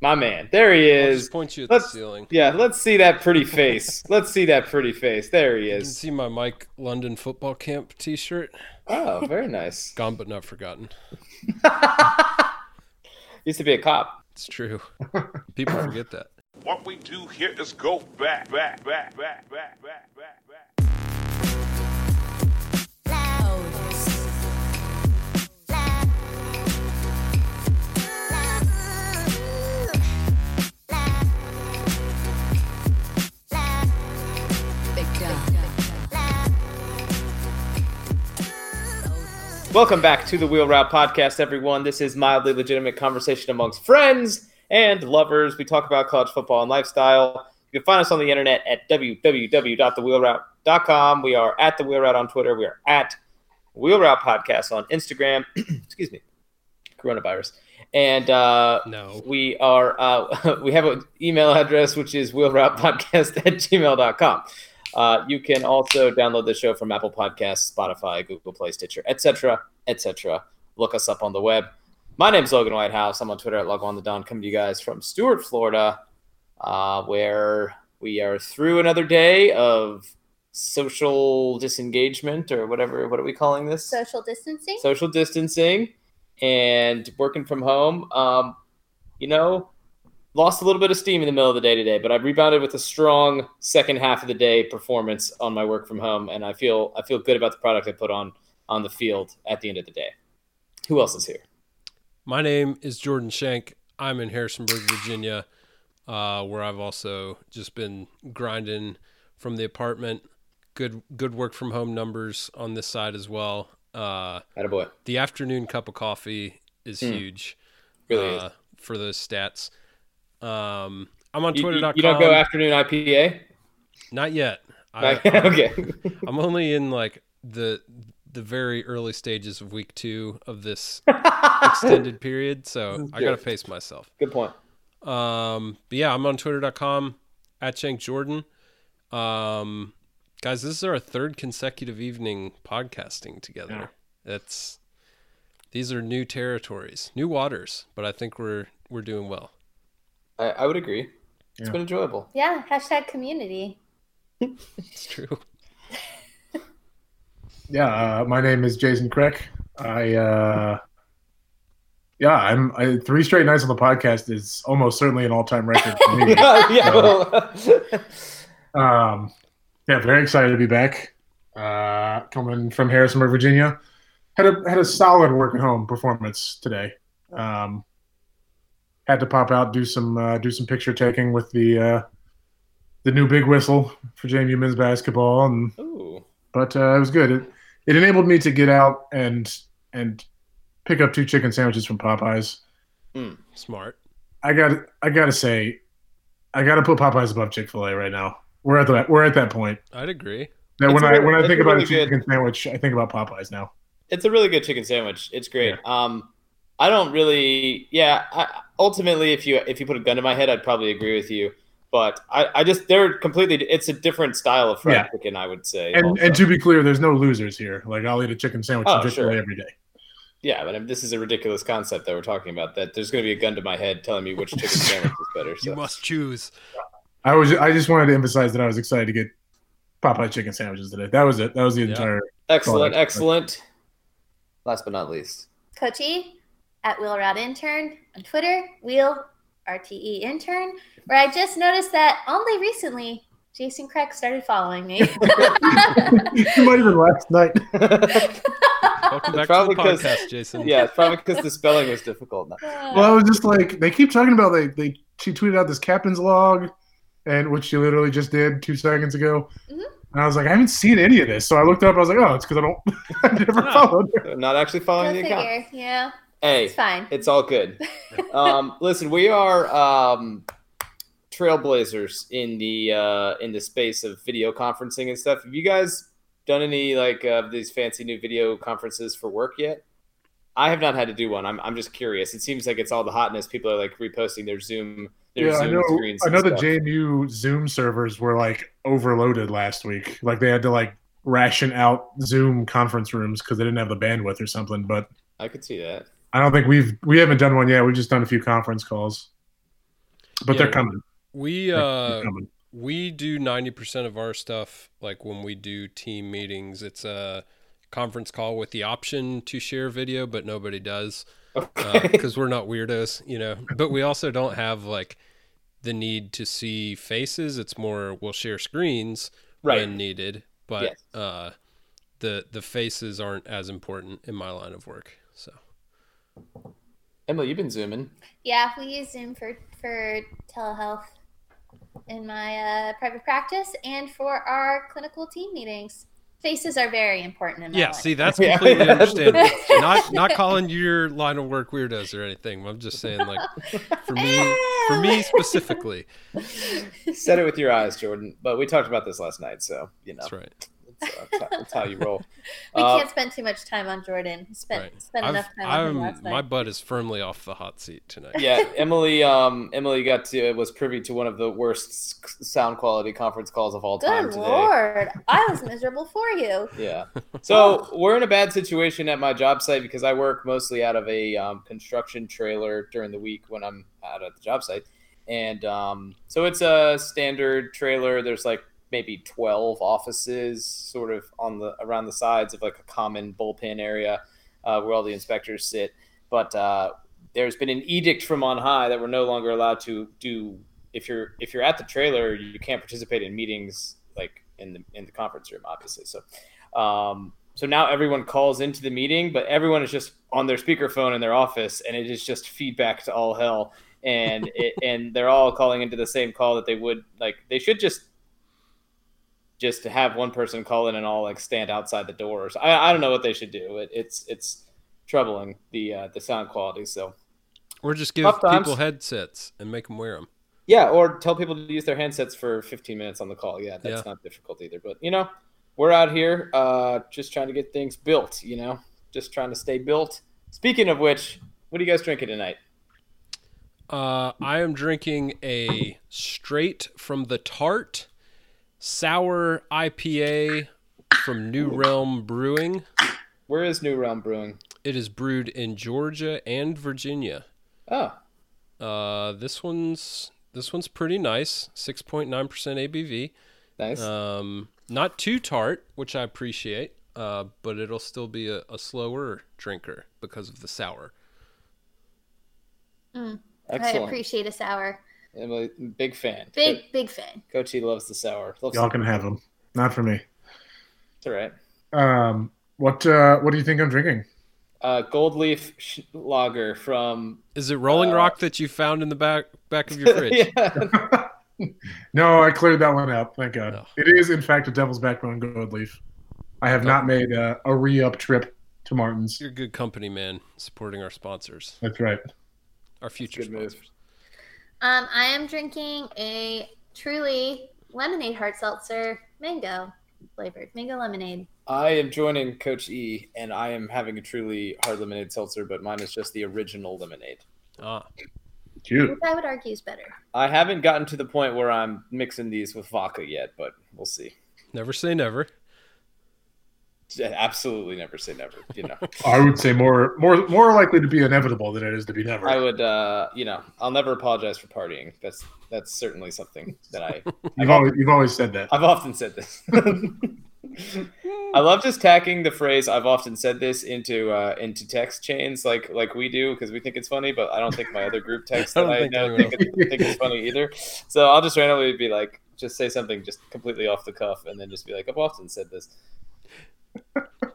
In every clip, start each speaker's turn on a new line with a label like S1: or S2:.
S1: My man. There he
S2: I'll
S1: is.
S2: just point you at
S1: Let's-
S2: the ceiling.
S1: Yeah, let's see that pretty face. let's see that pretty face. There he
S2: You can
S1: is.
S2: see my Mike London football camp T-shirt.
S1: Oh, very nice.
S2: Gone but not forgotten.
S1: Used to be a cop.
S2: It's true. People forget that.
S3: What we do here is go back, back, back, back, back, back, back, back.
S1: Welcome back to the Wheel Route Podcast, everyone. This is mildly legitimate conversation amongst friends and lovers. We talk about college football and lifestyle. You can find us on the internet at www.thewheelroute.com. We are at the Wheel Route on Twitter. We are at Wheel Route Podcast on Instagram. Excuse me, coronavirus. And uh,
S2: No.
S1: we are uh, we have an email address which is wheelroutepodcast at gmail.com uh, you can also download the show from apple podcasts spotify google play stitcher etc etc look us up on the web my name's logan whitehouse i'm on twitter at log on the don coming to you guys from stuart florida uh, where we are through another day of social disengagement or whatever what are we calling this
S4: Social distancing?
S1: social distancing and working from home. Um, you know, lost a little bit of steam in the middle of the day today, but I rebounded with a strong second half of the day performance on my work from home, and I feel I feel good about the product I put on on the field at the end of the day. Who else is here?
S2: My name is Jordan Shank. I'm in Harrisonburg, Virginia, uh, where I've also just been grinding from the apartment. Good, good work from home numbers on this side as well. Uh,
S1: Attaboy.
S2: the afternoon cup of coffee is huge
S1: Hmm. Really
S2: uh, for those stats. Um, I'm on
S1: is. You, you,
S2: Twitter.com.
S1: you don't go afternoon IPA?
S2: Not yet. I,
S1: okay.
S2: I'm only in like the the very early stages of week two of this extended period, so I gotta pace myself.
S1: Good point.
S2: Um, but yeah, I'm on Twitter.com at Shank Jordan. Um, guys, this is our third consecutive evening podcasting together. That's these are new territories, new waters, but I think we're we're doing well.
S1: I, I would agree. It's been enjoyable.
S4: Yeah, hashtag community.
S2: It's true.
S5: Yeah, uh, my name is Jason Crick. I, uh, yeah, I'm I, three straight nights on the podcast is almost certainly an all-time record for me.
S1: yeah. well,
S5: um, yeah, very excited to be back. Uh, coming from Harrisonburg, Virginia, had a had a solid work at home performance today. Um, had to pop out do some uh, do some picture taking with the uh, the new big whistle for JMU men's basketball and
S1: Ooh.
S5: but uh, it was good. It, it enabled me to get out and and pick up two chicken sandwiches from Popeyes.
S2: Smart.
S5: I got I gotta say, I gotta put Popeyes above Chick Fil A right now. We're at that we're at that point.
S2: I'd agree.
S5: That
S1: It's
S5: when
S1: a
S5: I
S1: really-
S5: when I
S1: it's
S5: think
S1: a
S5: about
S1: really
S5: a chicken sandwich, I think about Popeyes now.
S1: it's a really good chicken sandwich. It's great. Um, I don't really, yeah. I, ultimately, if you if you put a gun to my head, I'd probably agree with you. But I, I just they're completely. It's a different style of fried
S5: Yeah.
S1: chicken, I would say.
S5: And
S1: also.
S5: and to be clear, there's no losers here. Like I'll eat a chicken sandwich
S1: Oh,
S5: from Chick Fil A
S1: sure.
S5: every day.
S1: yeah, but I mean, this is a ridiculous concept that we're talking about. That there's going to be a gun to my head telling me which chicken sandwich is better. So.
S2: You must choose.
S5: I was I just wanted to emphasize that I was excited to get Popeye chicken sandwiches today. That was it. That was the
S2: Yeah.
S5: entire.
S1: excellent,
S5: Product.
S1: excellent. Last but not least,
S4: Coachy at Wheel Route Intern on Twitter, Wheel RTE Intern, where I just noticed that only recently Jason Craig started following me.
S5: it might have been last night.
S2: Welcome back to
S1: Probably
S2: the
S1: 'cause-
S2: podcast, Jason.
S1: yeah, it's probably because the spelling was difficult.
S5: Well, I was just like, they keep talking about like they she tweeted out this captain's log, and which she literally just did two seconds ago.
S4: Mhm.
S5: And I was like, I haven't seen any of this. So I looked it up. I was like, oh, it's because I don't, I never
S2: Ah.
S5: followed. Her.
S1: They're not actually
S4: Go
S1: following the account.
S4: figure. Yeah,
S1: Hey,
S4: it's fine.
S1: It's all good. um, listen, we are um, trailblazers in the uh, in the space of video conferencing and stuff. Have you guys done any like uh, these fancy new video conferences for work yet? I have not had to do one. I'm, I'm just curious. It seems like it's all the hotness. People are like reposting their Zoom their
S5: Yeah, I
S1: Zoom
S5: know.
S1: screens.
S5: I
S1: and
S5: know the
S1: stuff.
S5: JMU Zoom servers were like overloaded last week. Like they had to like ration out Zoom conference rooms because they didn't have the bandwidth or something. But
S1: I could see that.
S5: I don't think we've we haven't done one yet. We've just done a few conference calls. but
S2: Yeah.
S5: they're coming.
S2: We
S5: They're
S2: uh
S5: coming.
S2: we do 90% of our stuff like when we do team meetings it's a conference call with the option to share video but nobody does
S1: Okay.
S2: because we're not weirdos you know but we also don't have like the need to see faces it's more we'll share screens
S1: right.
S2: when needed but
S1: Yes.
S2: uh the the faces aren't as important in my line of work so
S1: Emily, you've been zooming.
S4: Yeah, we use Zoom for for telehealth in my uh, private practice and for our clinical team meetings. Faces are very important in my
S2: yeah
S4: life.
S2: see that's
S1: Yeah.
S2: completely understandable not not calling your line of work weirdos or anything i'm just saying like for me for me specifically
S1: Said it with your eyes, Jordan. But we talked about this last night, so you know
S2: that's right
S1: it's, uh, it's how- it's how you roll.
S4: we
S1: Uh,
S4: can't spend too much time on Jordan. He Spent
S2: right
S4: spent
S2: I've-
S4: enough time on him
S2: I'm-
S4: last night.
S2: my butt is firmly off the hot seat tonight
S1: yeah, Emily. Um, Emily got to was privy to one of the worst s- sound quality conference calls of all time
S4: Good
S1: today.
S4: lord, I was miserable for you.
S1: Yeah. So we're in a bad situation at my job site because I work mostly out of a um, construction trailer during the week when I'm out at the job site. And um, so it's a standard trailer. There's like maybe 12 offices sort of on the around the sides of like a common bullpen area uh, where all the inspectors sit. But uh, there's been an edict from on high that we're no longer allowed to do if you're if you're at the trailer, you can't participate in meetings like in the in the conference room, obviously. So um, so now everyone calls into the meeting, but everyone is just on their speakerphone in their office, and it is just feedback to all hell. And it, and they're all calling into the same call that they would like. They should just just to have one person call in and all like stand outside the doors. I, I don't know what they should do. It, it's it's troubling the uh, the sound quality. So
S2: or just give
S1: Tough times.
S2: people headsets and make them wear them
S1: Yeah, or tell people to use their handsets for 15 minutes on the call. Yeah, that's
S2: Yeah.
S1: not difficult either. But you know, we're out here uh, just trying to get things built. You know, just trying to stay built. Speaking of which, what are you guys drinking tonight?
S2: Uh, I am drinking a straight from the tart sour IPA from New Realm Brewing.
S1: Where is New Realm Brewing?
S2: It is brewed in Georgia and Virginia.
S1: Oh,
S2: Uh, this one's this one's pretty nice, six point nine percent ABV.
S1: nice.
S2: Um, not too tart, which I appreciate, uh, but it'll still be a, a slower drinker because of the sour.
S4: I
S1: Excellent.
S4: appreciate a sour.
S1: I'm a big fan.
S4: Big, big fan.
S1: Ko- Kochi loves the sour. Loves
S5: Y'all can have them. Not for me.
S1: It's all right.
S5: Um, what uh, What do you think I'm drinking?
S1: Uh, Gold Leaf sh- Lager from.
S2: Is it Rolling
S1: Uh,
S2: Rock that you found in the back back of your fridge?
S1: yeah.
S5: No, I cleared that one out. Thank God.
S2: Oh.
S5: It is, in fact, a Devil's Backbone Gold Leaf. I have not made uh, a re up trip to Martin's.
S2: You're good company, man. Supporting our sponsors,
S5: That's right.
S2: our future
S1: good move.
S2: sponsors.
S4: Um, I am drinking a truly lemonade hard seltzer, mango flavored, mango lemonade.
S1: I am joining Coach E, and I am having a truly hard lemonade seltzer, but mine is just the original lemonade.
S2: Ah,
S5: Cute.
S4: Which I would argue is better.
S1: I haven't gotten to the point where I'm mixing these with vodka yet, but we'll see.
S2: never say never.
S1: Absolutely never say never. You know,
S5: I would say more more more likely to be inevitable than it is to be never.
S1: I would, uh, you know, I'll never apologize for partying. That's that's certainly something that I
S5: you've, always, you've always said that.
S1: I've often said this. I love just tacking the phrase "I've often said this" into uh, into text chains like like we do because we think it's funny, but I don't think my other group text
S2: I
S1: that
S2: don't
S1: I
S2: think
S1: know
S2: anyone
S1: think, it, think it's funny either. So I'll just randomly be like, just say something just completely off the cuff, and then just be like, "I've often said this."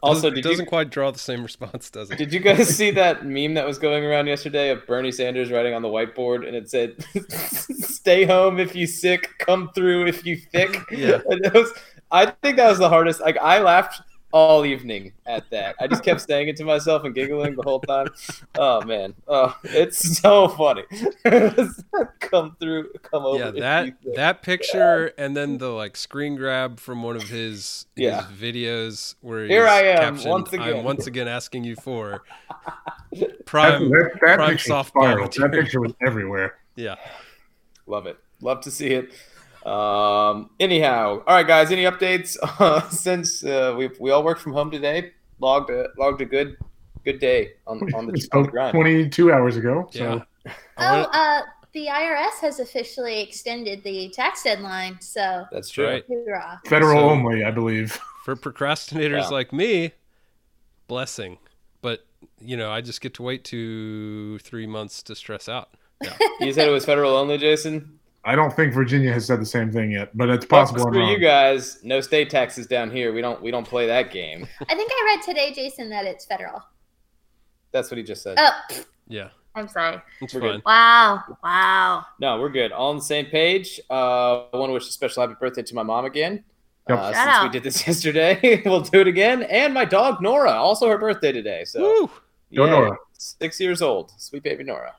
S1: Also,
S2: doesn't,
S1: did
S2: doesn't
S1: you,
S2: quite draw the same response, does it?
S1: did you guys see that meme that was going around yesterday of Bernie Sanders writing on the whiteboard and it said, "Stay home if you sick, come through if you thick."
S2: Yeah.
S1: And that was, I think that was the hardest. Like I laughed all evening at that. I just kept saying it to myself and giggling the whole time. Oh man, oh, it's so funny. come through, come over.
S2: yeah,
S1: if
S2: that
S1: you thick.
S2: that picture, and then the like screen grab from one of his,
S1: Yeah.
S2: his videos where
S1: Here
S2: he's
S1: I am,
S2: captioned,
S1: once again."
S2: I'm once again asking you for
S5: That,
S2: prime.
S5: that, that
S2: prime
S5: picture
S2: softball
S5: spiraled. That
S2: material.
S5: picture was everywhere.
S2: Yeah,
S1: Love it. Love to see it. Um, anyhow, all right, guys. Any updates uh, since uh, we we all worked from home today? Logged a, logged a good good day on on the,
S5: We
S1: on the
S5: spoke
S1: grind.
S5: 22 hours ago. So
S2: yeah. I
S4: Oh,
S2: wanna-
S4: uh, the IRS has officially extended the tax deadline. So
S1: That's
S2: That's
S1: true.
S2: right.
S4: hoorah!
S5: Federal
S2: So-
S5: only, I believe.
S2: For procrastinators
S1: Yeah.
S2: like me, blessing. But you know, I just get to wait two, three months to stress out.
S1: You said it was federal only, Jason.
S5: I don't think Virginia has said the same thing yet, but it's
S1: Well,
S5: possible. I'm
S1: screw
S5: wrong.
S1: you guys. No state taxes down here. We don't. We don't play that game.
S4: I think I read today, Jason, that it's federal.
S1: That's what he just said.
S4: Oh,
S2: Yeah,
S4: I'm sorry.
S2: it's
S1: We're
S2: fine.
S1: good.
S4: Wow, wow.
S1: No, we're good. All on the same page. Uh, I want to wish a special happy birthday to my mom again.
S5: Yep.
S1: Uh,
S4: Shout
S1: since we
S4: out.
S1: did this yesterday, we'll do it again. And my dog Nora, also her birthday today. So
S2: Woo!
S5: Go
S1: yeah,
S5: Nora.
S1: six years old, sweet baby Nora.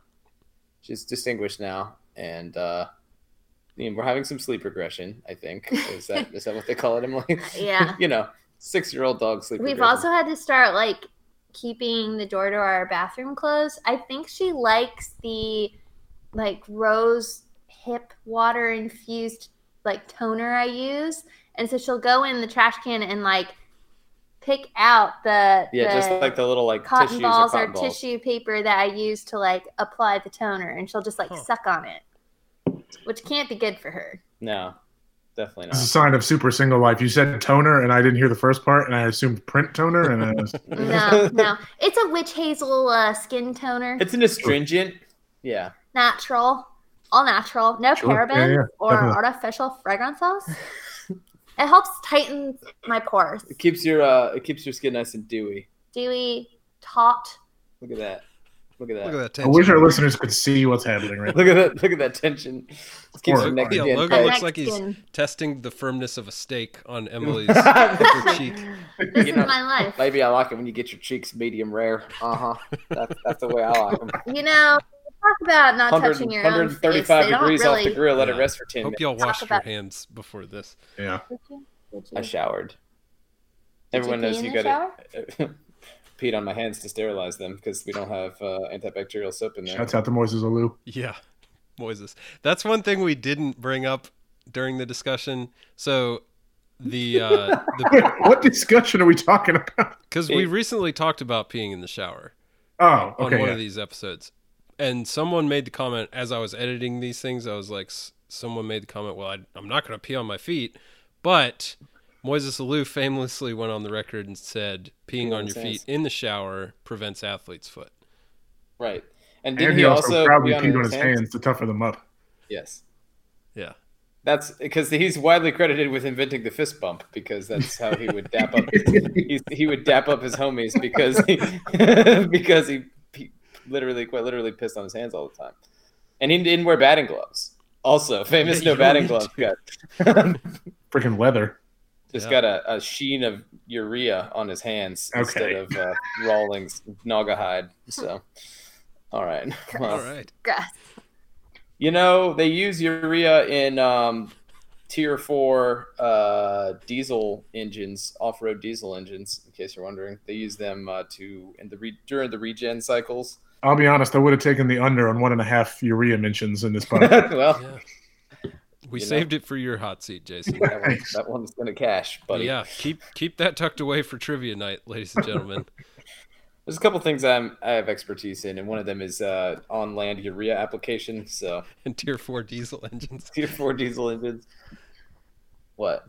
S1: She's distinguished now, and uh, I mean, we're having some sleep regression. I think is that is that what they call it, Emily?
S4: Yeah.
S1: you know, six year old dog sleep.
S4: We've
S1: regression.
S4: also had to start like keeping the door to our bathroom closed. I think she likes the like rose hip water infused like toner I use, and so she'll go in the trash can and like pick out the
S1: yeah, just like the little like
S4: cotton
S1: tissues
S4: balls
S1: or
S4: or,
S1: cotton balls.
S4: tissue paper that I use to like apply the toner, and she'll just like
S2: Huh.
S4: suck on it, which can't be good for her.
S1: No, definitely
S5: It's a
S1: not.
S5: sign of super single life. You said toner, and I didn't hear the first part, and I assumed print toner, and I was-
S4: No, no, it's a witch hazel uh, skin toner.
S1: It's an astringent. Yeah.
S4: natural, all natural, no
S5: Sure. Yeah,
S4: parabens
S5: yeah,
S4: or
S5: definitely.
S4: artificial fragrances. it helps tighten my pores.
S1: It keeps your uh, it keeps your skin nice and dewy.
S4: Dewy, taut.
S1: Look at that. Look at that.
S2: Look at that
S5: I
S2: tension.
S5: wish our listeners could see what's happening right now.
S1: Look at that. Look at that tension. It keeps your
S5: Or-
S1: neck
S2: yeah,
S1: in.
S2: look
S4: my
S2: at- looks
S4: neck
S2: like he's-
S4: skin.
S2: Testing the firmness of a steak on Emily's
S1: Maybe
S2: upper cheek.
S4: This
S1: you
S4: is
S1: know,
S4: my life.
S1: I like it when you get your cheeks medium rare. Uh huh. That's, that's the way I like them.
S4: you know, talk about not
S1: 100,
S4: touching your own face.
S1: 135
S4: They don't
S1: degrees off the
S4: really.
S1: grill. Let it
S2: Yeah.
S1: rest for 10
S2: Hope
S1: minutes.
S2: y'all washed your
S4: about-
S2: hands before this.
S5: Yeah.
S1: I showered. Everyone
S4: pee
S1: knows
S4: in
S1: you
S4: the
S1: got to peed on my hands to sterilize them because we don't have uh, antibacterial soap in there.
S5: Shouts out to Moises Alou.
S2: Yeah, Moises. That's one thing we didn't bring up during the discussion. So the uh, the
S5: what discussion are we talking about?
S2: because we recently talked about peeing in the shower
S5: Oh,
S2: on
S5: okay.
S2: one
S5: yeah.
S2: of these episodes, and someone made the comment as I was editing these things. I was like, s- someone made the comment, "Well, I, I'm not going to pee on my feet," but Moises Alou famously went on the record and said, "Peeing on
S1: his
S2: your feet
S1: hands.
S2: in the shower prevents athlete's foot."
S1: Right. And didn't
S5: And
S1: he, also
S5: probably
S1: pee
S5: peed on his hands? to toughen them up.
S1: Yes.
S2: Yeah.
S1: That's because he's widely credited with inventing the fist bump because that's how he would dap up. He, he would dap up his homies because he because he, he literally quite literally pissed on his hands all the time, and he didn't wear batting gloves. Also, famous
S2: Yeah, you
S1: no batting
S2: don't
S1: gloves
S2: need
S1: guy.
S5: Freaking leather.
S1: Just
S2: Yeah.
S1: got a, a sheen of urea on his hands instead
S5: Okay.
S1: of uh, Rawlings Naga hide. So, all right, well,
S2: All right.
S4: Gross.
S1: You know, they use urea in um, tier four uh, diesel engines, off-road diesel engines. In case you're wondering, they use them uh, to in the re- during the regen cycles.
S5: I'll be honest, I would have taken the under on one and a half urea mentions in this podcast.
S1: well,
S2: Yeah. We
S1: You know.
S2: saved it for your hot seat, Jason.
S1: that, one, that one's gonna cash, buddy.
S2: Yeah, keep keep that tucked away for trivia night, ladies and gentlemen.
S1: There's a couple things I'm I have expertise in, and one of them is uh, on-land urea application. So
S2: and tier four diesel engines.
S1: tier four diesel engines. What?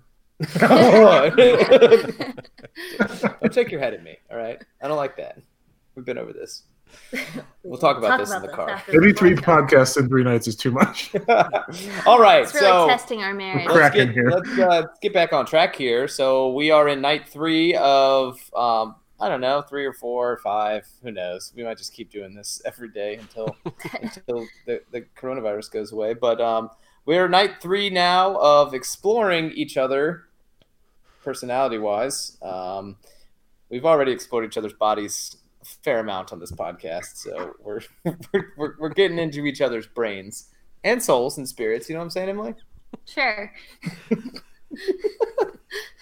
S1: Don't shake your head at me. All right. I don't like that. We've been over this. We'll talk about this in the car.
S4: after
S5: Maybe
S4: the
S5: three
S4: podcast.
S5: podcasts in three nights is too much.
S1: All right.
S4: It's really
S1: so
S4: testing our marriage.
S1: let's,
S5: Crap. cracking
S1: get,
S5: here.
S1: let's, uh, let's get back on track here. So we are in night three of, um, I don't know, three or four or five. Who knows? We might just keep doing this every day until until the, the coronavirus goes away. But um, we're night three now of exploring each other personality wise. Um, we've already explored each other's bodies a fair amount on this podcast, so we're we're, we're, we're getting into each other's brains and souls and spirits. You know what I'm saying, Emily?
S4: Sure.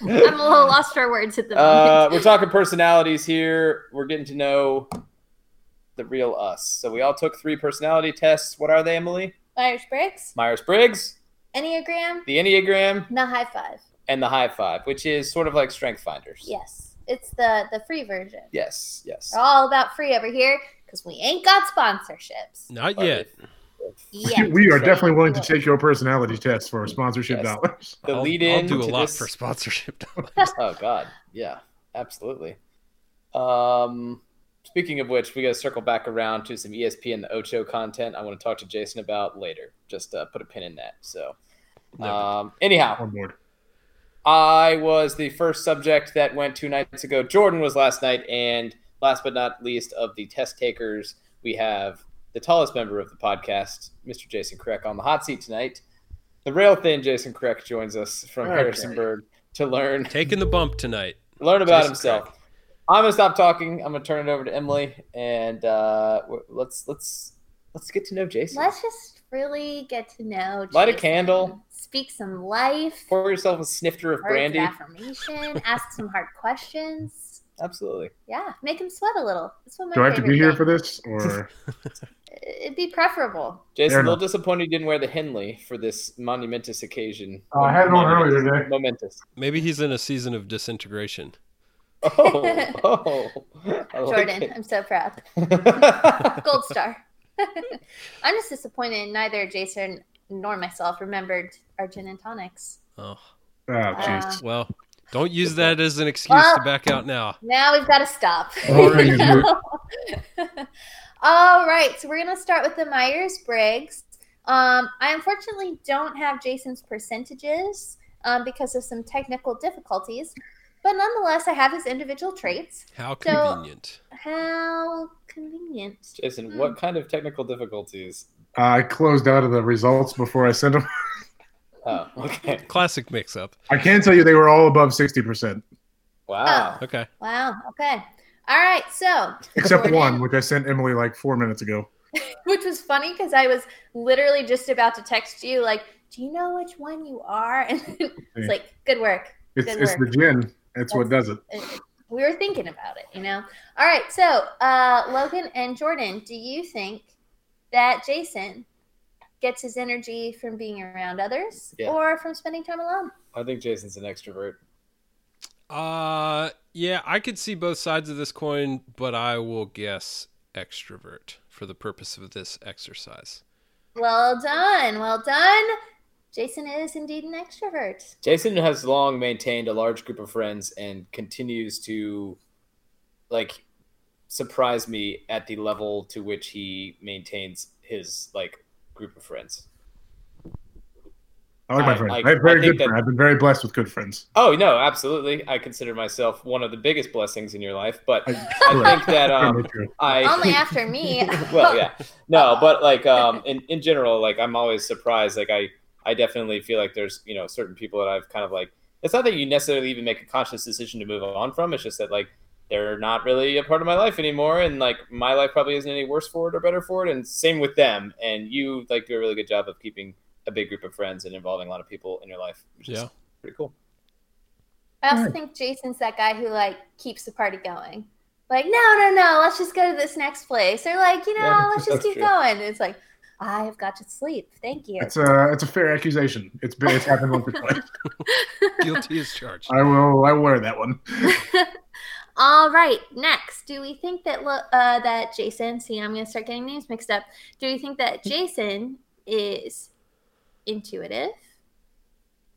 S4: I'm a little lost for words at the
S1: Uh,
S4: moment.
S1: we're talking personalities here. We're getting to know the real us. So we all took three personality tests. What are they, Emily?
S4: Myers Briggs,
S1: Myers Briggs,
S4: Enneagram,
S1: the Enneagram,
S4: the high five.
S1: and the High Five, which is sort of like Strength Finders.
S4: Yes. It's the the free version.
S1: Yes. Yes.
S4: We're all about free over here because we ain't got sponsorships.
S2: Not
S1: But
S2: yet.
S1: if-
S4: Yeah.
S5: We, we are
S1: So-
S5: definitely willing to take your personality test for sponsorship
S1: Yes.
S5: dollars.
S1: The
S2: I'll-
S1: lead
S2: I'll
S1: in
S2: do a
S1: to
S2: lot
S1: this-
S2: for sponsorship.
S1: oh god yeah absolutely um speaking of which we gotta circle back around to some E esp and the ocho content i want to talk to jason about later just uh, put a pin in that so
S2: no.
S1: um anyhow
S5: On board.
S1: i was the first subject that went two nights ago jordan was last night and last but not least of the test takers we have the tallest member of the podcast mr jason kreck on the hot seat tonight the rail thin jason kreck joins us from
S5: Okay.
S1: harrisonburg to learn
S2: Taking the bump tonight.
S1: learn about
S2: Jason
S1: himself. I'm gonna stop talking. I'm gonna turn it over to Emily, and uh, we're- let's let's let's get to know Jason.
S4: Let's just really get to know.
S1: Light a
S4: Jason.
S1: candle.
S4: Speak some life.
S1: Pour yourself a snifter of
S4: words of
S1: brandy.
S4: affirmation. ask some hard questions.
S1: Absolutely.
S4: Yeah, make him sweat a little. That's one of
S5: Do
S4: my
S5: I have to
S4: favorite
S5: be here
S4: things.
S5: for this? Or
S4: It'd be preferable.
S1: Jason,
S5: Fair
S1: a little disappointed you didn't wear the Henley for this monumentous occasion.
S5: Oh, I had it on earlier
S1: Momentous-
S5: today.
S1: Momentous.
S2: Maybe he's in a season of disintegration.
S1: Oh, oh. I like
S4: Jordan,
S1: it.
S4: I'm so proud. Gold star. I'm just disappointed neither Jason nor myself remembered our gin and tonics.
S2: Oh
S5: oh, jeez.
S4: Uh,
S2: well, don't use that as an excuse to
S4: Well-
S2: back out now.
S4: Now we've got to stop.
S5: Oh, there you go.
S4: All right, so we're gonna start with the Myers Briggs. Um, I unfortunately don't have Jason's percentages um, because of some technical difficulties, but nonetheless, I have his individual traits.
S2: How
S4: So-
S2: convenient.
S4: How convenient.
S1: Jason, what kind of technical difficulties?
S5: I closed out of the results before I sent them.
S1: Oh, okay.
S2: Classic mix-up.
S5: I can tell you they were all above sixty percent,
S1: Wow.
S2: Okay.
S4: Wow. Okay. All right. So,
S5: except
S4: Jordan-
S5: one, which I sent Emily like four minutes ago.
S4: which was funny because I was literally just about to text you, like, "Do you know which one you are?" And it's like, "Good work."
S5: It's
S4: Good
S5: it's the
S4: work.
S5: gin. It's what does it.
S4: we were thinking about it, you know. All right, so uh, Logan and Jordan, do you think that Jason gets his energy from being around others
S1: Yeah.
S4: or from spending time alone?
S1: I think Jason's an extrovert.
S2: Uh yeah, I could see both sides of this coin, but I will guess extrovert for the purpose of this exercise.
S4: Well done, well done. Jason is indeed an extrovert.
S1: Jason has long maintained a large group of friends and continues to like surprise me at the level to which he maintains his like group of friends.
S5: I like my
S1: I-
S5: friends.
S1: I-
S5: I, have very
S1: I think
S5: good.
S1: that-
S5: friends. I've been very blessed with good friends.
S1: Oh no, absolutely. I consider myself one of the biggest blessings in your life, but
S5: I,
S1: I think that um
S5: Totally true.
S1: I
S4: Only after me.
S1: well yeah no but like um in, in general like i'm always surprised like i i definitely feel like there's you know certain people that i've kind of like it's not that you necessarily even make a conscious decision to move on from it's just that like they're not really a part of my life anymore and like my life probably isn't any worse for it or better for it and same with them and you like do a really good job of keeping a big group of friends and involving a lot of people in your life which is
S2: Yeah.
S1: pretty cool
S4: I also think Jason's that guy who like keeps the party going. Like, no, no, no, let's just go to this next place. Or like, you know,
S1: Yeah,
S4: let's just
S1: that's
S4: keep
S1: true.
S4: going. It's like, I have got to sleep. Thank you.
S5: It's a it's a fair accusation. It's been it's happened once or twice.
S2: Guilty as charged.
S5: I will I will wear that one.
S4: All right, next, do we think that lo- uh, that Jason? See, I'm gonna start getting names mixed up. Do we think that Jason is intuitive,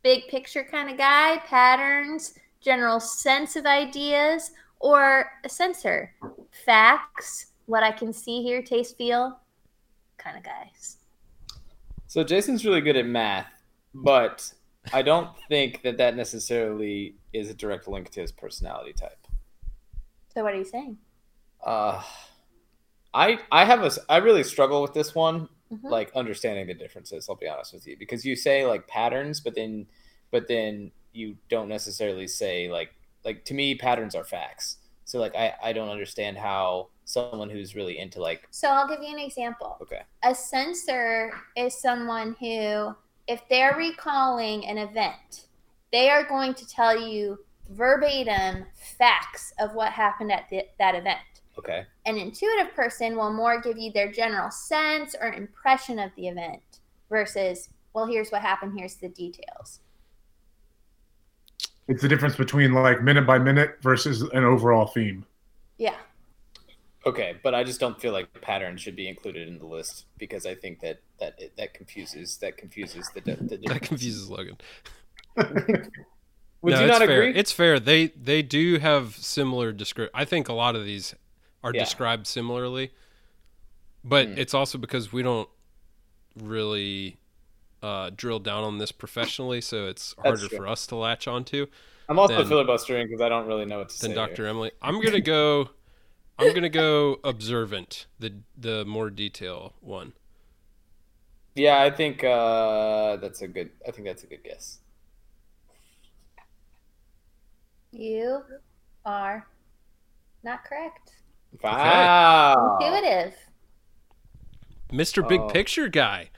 S4: big picture kind of guy, patterns, general sense of ideas, or a sensor, facts, what I can see, hear, taste, feel, kind of guys?
S1: So Jason's really good at math, but I don't think that that necessarily is a direct link to his personality type.
S4: So, what are you saying?
S1: Uh, I I have a s- I really struggle with this one,
S4: Mhm.
S1: like understanding the differences. I'll be honest with you, because you say like patterns, but then but then you don't necessarily say like like to me patterns are facts. So like I I don't understand how someone who's really into like
S4: So I'll give you an example.
S1: Okay.
S4: A censor is someone who, if they're recalling an event, they are going to tell you verbatim facts of what happened at the, that event.
S1: okay
S4: An intuitive person will more give you their general sense or impression of the event versus, well, here's what happened, here's the details.
S5: It's the difference between like minute by minute versus an overall theme.
S4: Yeah.
S1: Okay, but I just don't feel like pattern should be included in the list because I think that that that confuses that confuses the, the
S2: That confuses Logan.
S1: Would
S2: No,
S1: you
S2: it's
S1: not
S2: fair.
S1: agree?
S2: It's fair. They they do have similar descript. I think a lot of these are
S1: Yeah.
S2: described similarly, but
S1: Hmm.
S2: it's also because we don't really uh, drill down on this professionally, so it's harder
S1: true.
S2: for us to latch onto
S1: I'm also
S2: then-
S1: filibustering because I don't really know what to
S2: than
S1: say.
S2: Dr.
S1: here.
S2: Emily. I'm gonna go. I'm gonna go observant. The the more detail one.
S1: Yeah, I think uh, that's a good. I think that's a good guess.
S4: You are not correct.
S1: Wow.
S4: Intuitive.
S2: Mr. Big
S1: Oh.
S2: Picture guy.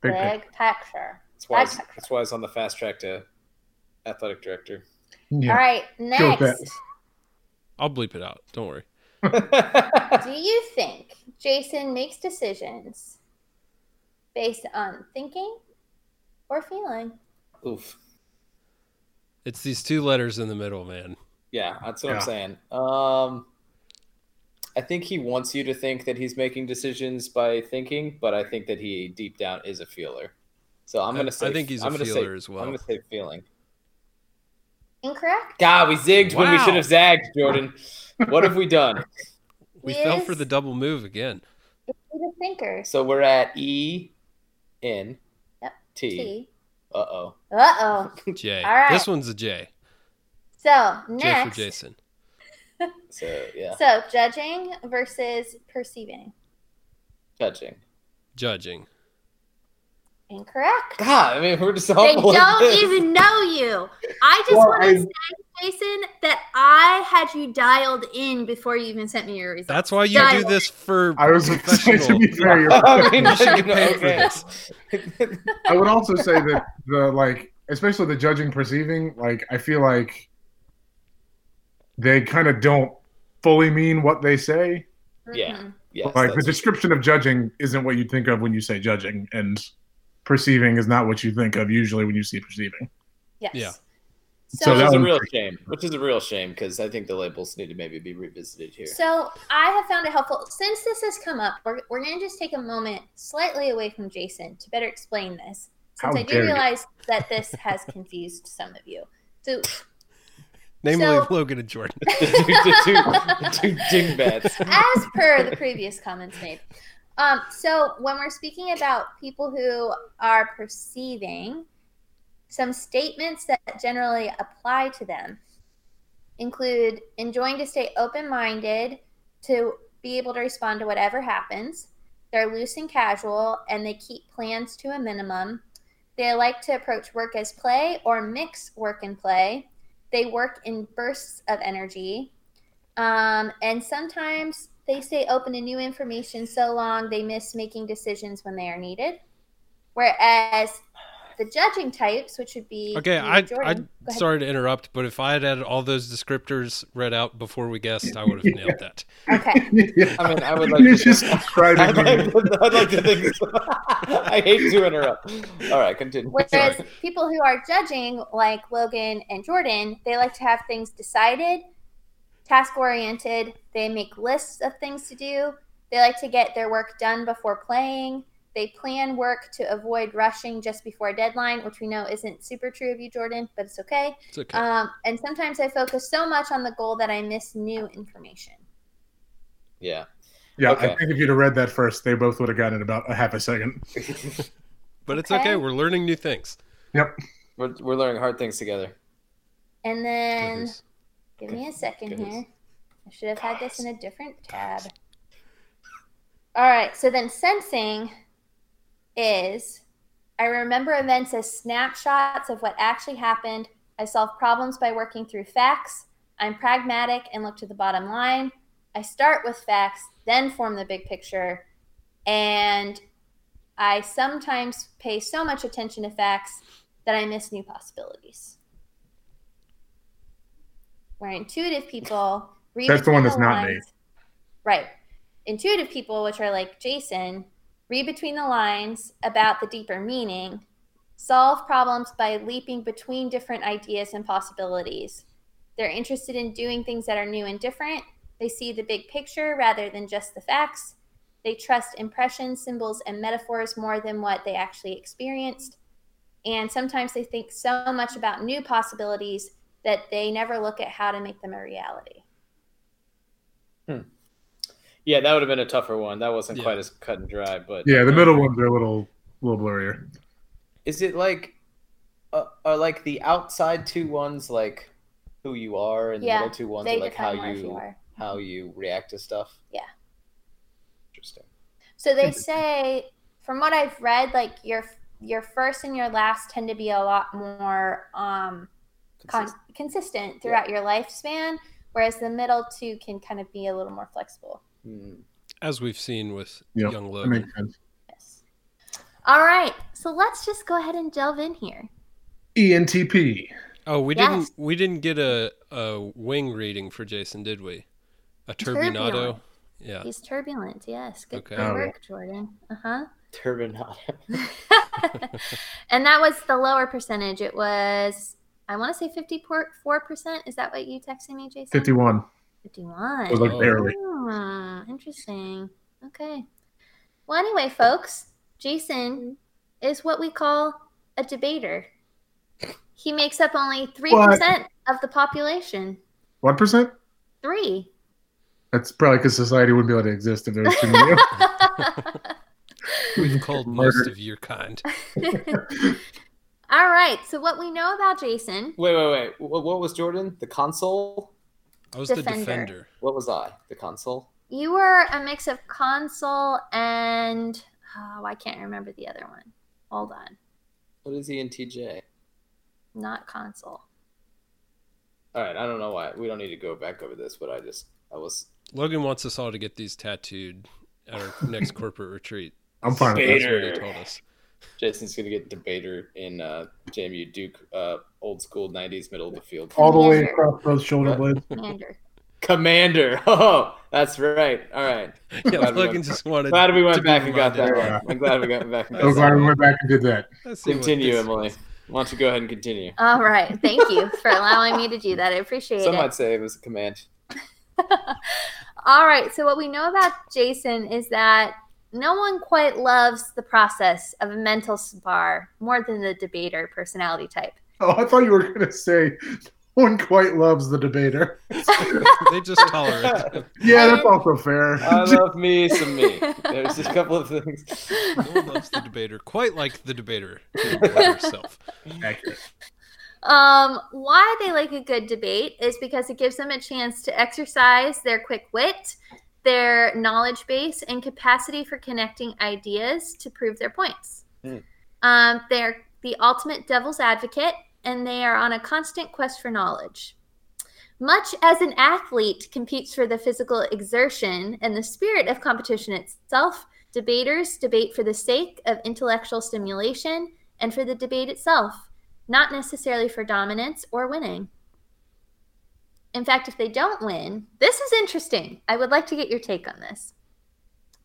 S5: Big pick.
S4: Big picture.
S1: That's why. It's, that's why it's on the fast track to athletic director.
S5: Yeah.
S4: All right,
S5: Go back.
S4: next.
S2: I'll bleep it out. Don't worry.
S4: Do you think Jason makes decisions based on thinking or feeling?
S1: Oof.
S2: It's these two letters in the middle, man.
S1: Yeah, that's what
S5: Yeah.
S1: I'm saying. Um, I think he wants you to think that he's making decisions by thinking, but I think that he deep down is a feeler. So I'm
S2: I-
S1: gonna say.
S2: I think he's
S1: I'm
S2: a
S1: gonna say-
S2: feeler as well.
S1: I'm gonna say feeling.
S4: Incorrect.
S1: God, we zigged when we
S2: Wow.
S1: should have zagged, Jordan. What have we done?
S2: We
S4: He
S2: fell
S4: is
S2: for the double move again.
S4: He's a thinker.
S1: So we're at E N
S4: Yep,
S1: T.
S4: T.
S1: Uh oh.
S4: Uh oh.
S2: J.
S4: All right.
S2: This one's a J.
S4: So
S2: J for
S4: next,
S2: Jason.
S1: So yeah,
S4: so judging versus perceiving.
S1: judging.
S2: Judging.
S4: Incorrect.
S1: God, I mean, we're just all.
S4: They
S1: full of
S4: don't
S1: Oh, this.
S4: even know you. I just
S5: Well,
S4: want
S5: I-
S4: to say, Jason, that I had you dialed in before you even sent me your results.
S2: That's why you do
S4: Dialed.
S2: this for
S5: I was to
S2: professional.
S5: be fair, you're
S1: I mean,
S2: You should get paid for
S1: okay.
S2: this.
S5: I would also say that the like, especially the judging perceiving, like I feel like they kind of don't fully mean what they say.
S1: Yeah.
S4: Mhm.
S1: Yes,
S5: like the
S1: that's-
S5: description of judging isn't what you think of when you say judging, and perceiving is not what you think of usually when you see perceiving.
S4: Yes.
S2: Yeah.
S5: So
S4: So,
S1: which
S5: that
S1: is a
S5: one-
S1: real shame. Which is a real shame because I think the labels need to maybe be revisited here.
S4: so I have found it helpful since this has come up. We're, we're going to just take a moment slightly away from Jason to better explain this, since
S5: How
S4: I do
S5: dare you.
S4: realize that this has confused some of you. So
S2: Namely,
S4: So-
S2: Logan and Jordan.
S1: the, two, the, two, the two dingbats.
S4: as per the previous comments made. Um, so when we're speaking about people who are perceiving, some statements that generally apply to them include enjoying to stay open minded, to be able to respond to whatever happens. They're loose and casual, and they keep plans to a minimum. They like to approach work as play or mix work and play. They work in bursts of energy. Um, and sometimes they stay open to new information so long they miss making decisions when they are needed. Whereas the judging types, which would be
S2: Okay,
S4: you,
S2: I, I
S4: Jordan. Go ahead.
S2: sorry to interrupt, but if I had had all those descriptors read out before we guessed, I would have nailed that.
S4: Okay.
S5: yeah.
S1: I mean, I would like
S5: You're
S1: to.
S5: just
S1: I'd
S5: describing
S1: like
S5: me.
S1: to, I'd like to think. I hate to interrupt. All right, continue.
S4: Whereas
S1: Sorry.
S4: people who are judging, like Logan and Jordan, they like to have things decided, task oriented. They make lists of things to do. They like to get their work done before playing. They plan work to avoid rushing just before a deadline, which we know isn't super true of you, Jordan, but it's okay.
S2: It's okay.
S4: Um, and sometimes I focus so much on the goal that I miss new information.
S1: Yeah.
S5: Yeah,
S1: Okay.
S5: I think if you'd have read that first, they both would have gotten it about a half a second.
S2: but it's okay.
S4: okay.
S2: We're learning new things.
S1: We're, we're learning hard things together.
S4: And then, give me a
S1: Good
S4: second
S1: news.
S4: here. I should have had this in a different tab. All right, so then sensing is I remember events as snapshots of what actually happened. I solve problems by working through facts. I'm pragmatic and look to the bottom line. I start with facts, then form the big picture. And I sometimes pay so much attention to facts that I miss new possibilities. We're intuitive people. read
S5: That's the one
S4: between
S5: that's not me.
S4: lines. Right. Intuitive people, which are like Jason, read between the lines about the deeper meaning, solve problems by leaping between different ideas and possibilities. They're interested in doing things that are new and different. They see the big picture rather than just the facts. They trust impressions, symbols, and metaphors more than what they actually experienced. And sometimes they think so much about new possibilities that they never look at how to make them a reality.
S1: Yeah, that would have been a tougher one. That wasn't
S2: Yeah.
S1: quite as cut and dry, but
S5: Yeah, the middle ones are a little, little blurrier.
S1: Is it like, uh, are like the outside two ones like who you are, and
S4: Yeah,
S1: the middle two ones
S4: they
S1: are like how
S4: define where
S1: you
S4: you are.
S1: how you react to stuff?
S4: Yeah.
S1: Interesting.
S4: So they say, from what I've read, like your your first and your last tend to be a lot more um, con-
S1: Consist-
S4: consistent throughout your lifespan, whereas the middle two can kind of be a little more flexible.
S1: Hmm.
S2: as we've seen with
S5: Yeah,
S2: Young
S5: That
S2: Logan.
S5: makes sense.
S4: Yes. All right, so let's just go ahead and delve in here.
S5: E ENTP.
S2: oh, we
S4: Yes.
S2: didn't we didn't get a, a wing reading for Jason, did we? A turbinado.
S4: Turbulent.
S2: Yeah.
S4: He's turbulent. Yes. Good
S2: Okay.
S5: Oh.
S4: work, Jordan. Uh huh.
S1: Turbinado.
S4: and that was the lower percentage. It was, I want to say 54%. Is that what you texted me, Jason?
S5: 51.
S4: 51.
S5: It was like
S2: Oh.
S5: barely.
S4: Hmm, interesting. Okay. Well, anyway, folks, Jason is what we call a debater. He makes up only 3% of the population.
S5: What percent?
S4: Three.
S5: That's probably because society wouldn't be able to exist if there was too many. of us.
S2: We've called most of your kind.
S4: All right. So, what we know about Jason,
S1: Wait, wait, wait. What, what was Jordan? The console?
S2: I was the
S4: Defender.
S2: defender.
S1: What was I? The console?
S4: you were a mix of console and, oh, I can't remember the other one. Hold on.
S1: What is ENTJ?
S4: Not console.
S1: All right, I don't know why. We don't need to go back over this, but I just I was
S2: Logan wants us all to get these tattooed at our next corporate retreat.
S5: I'm fine with
S2: That's
S5: that.
S2: what he told us.
S1: Jason's gonna get debater in uh, JMU Duke, uh, old school '90s middle of the field.
S5: All the way across those shoulder blades.
S4: Commander.
S1: Commander. Oh, that's right. All right.
S2: Yeah,
S1: Glad we
S2: Logan
S1: went-
S2: just wanted.
S1: Glad we
S2: to
S1: went
S2: be
S1: back and got that
S2: reminded.
S1: one. I'm glad we got back. And got
S5: So glad
S1: that
S5: Oh, we
S1: one.
S5: went back and did that.
S2: Let's see what
S1: Continue,
S2: this
S1: Emily.
S2: is.
S1: Why don't you go ahead and continue?
S4: All right. Thank you for allowing me to do that. I appreciate
S1: Some
S4: it.
S1: might say it was a command.
S4: All right. So, what we know about Jason is that no one quite loves the process of a mental spar more than the debater personality type.
S5: Oh, I thought you were going to say no one quite loves the debater.
S2: they just tolerate. it.
S5: Yeah, that's also fair.
S1: I love me some me. There's just a couple of things.
S2: No one loves the debater quite like the debater to enjoy herself.
S5: Accurate.
S4: Um, why they like a good debate is because it gives them a chance to exercise their quick wit, their knowledge base, and capacity for connecting ideas to prove their points.
S1: Hmm.
S4: Um, they're the ultimate devil's advocate, and they are on a constant quest for knowledge. Much as an athlete competes for the physical exertion and the spirit of competition itself, debaters debate for the sake of intellectual stimulation and for the debate itself not necessarily for dominance or winning. In fact, if they don't win, this is interesting. I would like to get your take on this.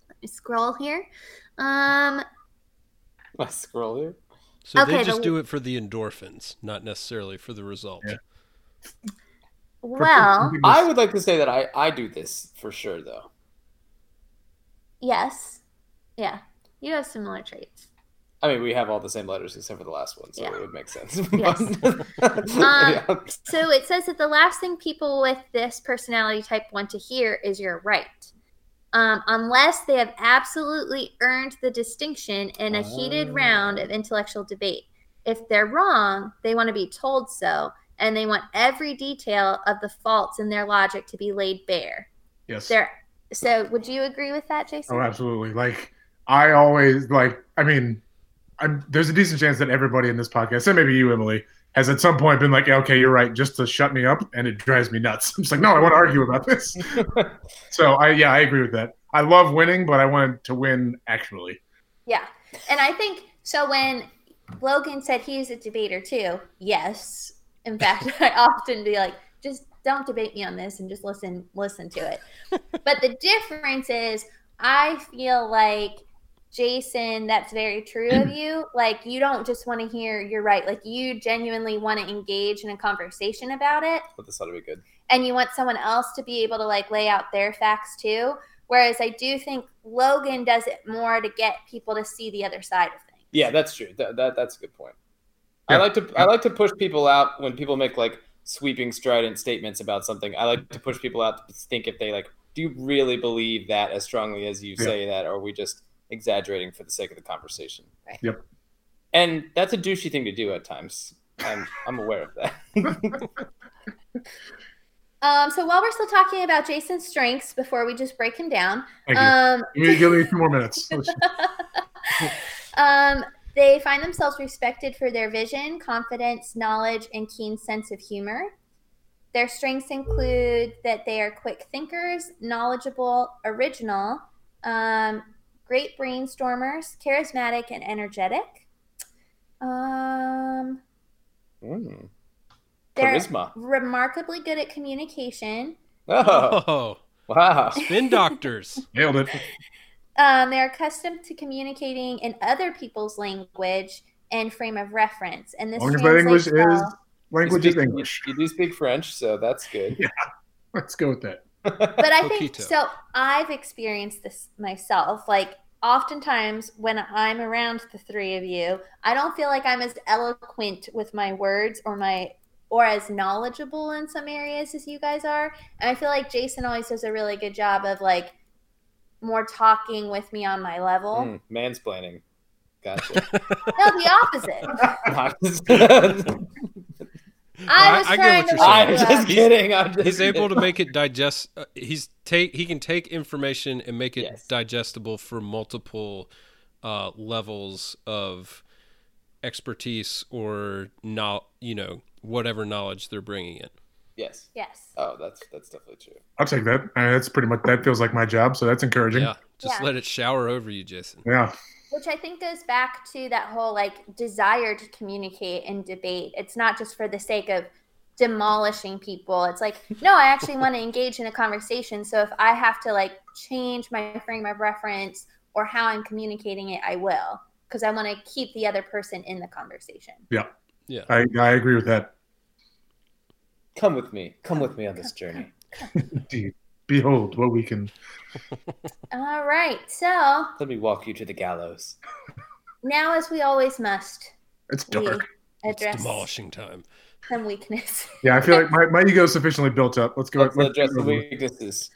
S4: Let me scroll here. Um,
S1: I scroll here.
S2: So
S4: Okay,
S2: they just
S4: the-
S2: do it for the endorphins, not necessarily for the result.
S5: Yeah.
S4: well,
S1: I would like to say that I, I do this for sure though.
S4: yes. Yeah. You have similar traits.
S1: I mean, we have all the same letters except for the last one, so
S4: Yeah.
S1: it would make sense.
S4: Yes. Um,
S1: Yeah.
S4: So it says that the last thing people with this personality type want to hear is you're right. Um, unless they have absolutely earned the distinction in a heated
S1: Ah.
S4: round of intellectual debate. If they're wrong, they want to be told so, and they want every detail of the faults in their logic to be laid bare.
S5: Yes.
S4: There. So, would you agree with that, Jason?
S5: Oh, absolutely. Like I always like. I mean, I'm, there's a decent chance that everybody in this podcast, and maybe you, Emily, has at some point been like, "Yeah, "Okay, you're right," just to shut me up, and it drives me nuts. I'm just like, "No, I want to argue about this." so I, yeah, I agree with that. I love winning, but I want to win actually.
S4: Yeah. And I think so when Logan said he's a debater too, yes. In fact, I often be like, just don't debate me on this and just listen listen to it. but the difference is I feel like Jason, that's very true of you. Like you don't just want to hear you're right. Like you genuinely want to engage in a conversation about it.
S1: but this ought to be good.
S4: and you want someone else to be able to like lay out their facts too. Whereas I do think Logan does it more to get people to see the other side of things.
S1: Yeah, that's true. That, that that's a good point. I
S5: Yeah.
S1: like to I like to push people out when people make like sweeping strident statements about something. I like to push people out to think if they like do you really believe that as strongly as you
S5: Yeah.
S1: say that or are we just exaggerating for the sake of the conversation.
S4: Right.
S5: Yep.
S1: And that's a douchey thing to do at times. I'm I'm aware of that.
S4: Um, so while we're still talking about Jason's strengths, before we just break him down,
S5: Thank you.
S4: um,
S5: give, me, give me a few more minutes.
S4: um, they find themselves respected for their vision, confidence, knowledge, and keen sense of humor. Their strengths include that they are quick thinkers, knowledgeable, original, um, great brainstormers, charismatic, and energetic. Um,
S1: Mm.
S4: they're
S1: Charisma.
S4: remarkably good at communication.
S1: Oh,
S2: Oh,
S1: wow.
S2: spin doctors.
S5: Nailed it.
S4: Um, they're accustomed to communicating in other people's language and frame of reference, and this
S5: Long as my English
S4: translates
S5: is
S4: well.
S5: language
S1: you
S5: is
S1: speak,
S5: English.
S1: You, do speak French, so that's good.
S5: Let's go with that.
S4: But I think
S2: Coquito.
S4: so. I've experienced this myself. Like oftentimes when I'm around the three of you, I don't feel like I'm as eloquent with my words or my or as knowledgeable in some areas as you guys are. And I feel like Jason always does a really good job of like more talking with me on my level.
S1: Mm, mansplaining. Gotcha.
S4: No, the opposite. I
S2: I-
S4: was
S2: I get what you're
S4: trying to. uh, look
S1: I'm
S2: saying.
S4: it up.
S1: just kidding. I'm just
S2: He's able to
S1: kidding.
S2: make it digest. Uh, he's take. He can take information and make it
S1: Yes.
S2: digestible for multiple uh, levels of expertise or not. You know, whatever knowledge they're bringing in.
S1: Yes.
S4: Yes.
S1: Oh, that's that's definitely true.
S5: I'll take that. Uh, that's pretty much that feels like my job, so that's encouraging.
S2: Yeah, just
S4: Yeah.
S2: let it shower over you, Jason.
S5: Yeah.
S4: Which I think goes back to that whole like desire to communicate and debate. It's not just for the sake of demolishing people. It's like, no, I actually want to engage in a conversation. So if I have to like change my frame of reference or how I'm communicating it, I will because I want to keep the other person in the conversation.
S5: I, I agree with that.
S1: Come with me. Come with me on this journey.
S5: Indeed. Behold what we can.
S4: All right. So
S1: Let me walk you to the gallows.
S4: now, as we always must,
S5: It's
S4: we
S5: dark.
S2: It's
S4: address
S2: demolishing time.
S4: some weakness.
S5: Yeah, I feel like my, my ego is sufficiently built up. Let's go.
S1: Let's
S5: let's
S1: address the
S5: go.
S1: weaknesses.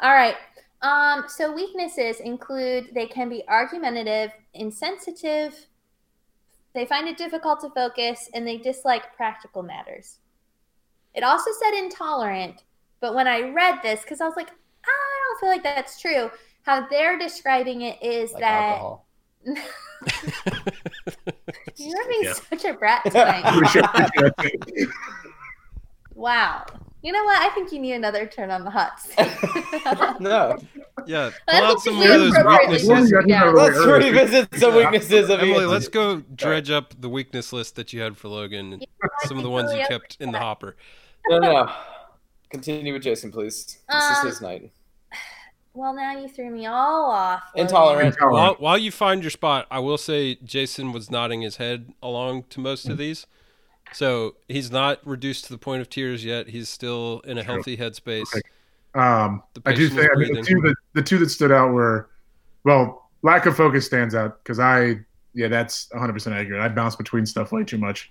S4: All right. Um, so weaknesses include they can be argumentative, insensitive, they find it difficult to focus, and they dislike practical matters. It also said intolerant, but when I read this, because I was like, "Ah, I don't feel like that's true. How they're describing it is
S1: Like
S4: that
S1: alcohol.
S4: you're being
S5: Yeah.
S4: such a brat tonight. wow. You know what? I think you need another turn on the hot seat.
S1: No.
S2: Yeah, pull
S4: That's
S2: out
S4: what
S2: some
S4: we
S2: more of those
S4: appropriately
S2: weaknesses.
S4: do. Yeah.
S1: Let's revisit some
S5: Yeah.
S1: weaknesses of
S2: Emily,
S1: Ian's.
S2: let's go dredge up the weakness list that you had for Logan. and Some of the ones you kept in the hopper.
S1: No, no, no. Continue with Jason, please. This
S4: Um,
S1: is his night.
S4: Well, now you threw me all off. Logan.
S1: Intolerant.
S2: While, while you find your spot, I will say Jason was nodding his head along to most of these. So he's not reduced to the point of tears yet. He's still in a
S5: True.
S2: healthy headspace.
S5: Okay. Um,
S2: The
S5: I do
S2: patient is
S5: think I mean, the
S2: breathing.
S5: two that the two that stood out were, well, lack of focus stands out because I yeah that's 100 percent accurate. I bounce between stuff way too much.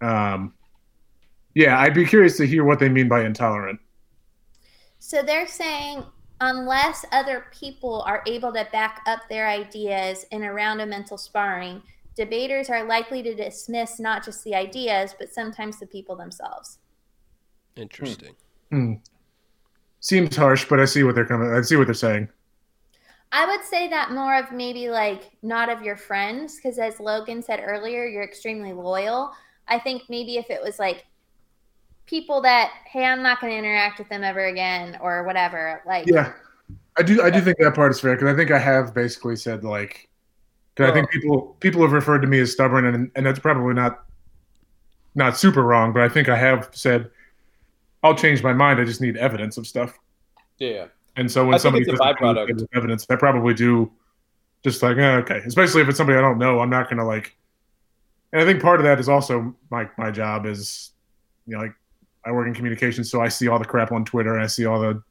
S5: Um, yeah, I'd be curious to hear what they mean by intolerant.
S4: So they're saying unless other people are able to back up their ideas in a round of mental sparring, debaters are likely to dismiss not just the ideas, but sometimes the people themselves.
S2: Interesting.
S5: Hmm. Seems harsh, but I see what they're coming. I see what they're saying.
S4: I would say that more of maybe like not of your friends, because as Logan said earlier, you're extremely loyal. I think maybe if it was like people that, hey, I'm not going to interact with them ever again or whatever, like,
S5: Yeah, I do. I do think that part is fair because I think I have basically said like, because I think people people have referred to me as stubborn, and and that's probably not not super wrong, but I think I have said I'll change my mind. I just need evidence of stuff.
S1: Yeah.
S5: And so when
S1: I think
S5: somebody
S1: it's a
S5: doesn't come
S1: byproduct.
S5: with evidence, I probably do just like eh, okay, especially if it's somebody I don't know, I'm not gonna like. And I think part of that is also my my job is, you know, like I work in communications, so I see all the crap on Twitter. and I see all the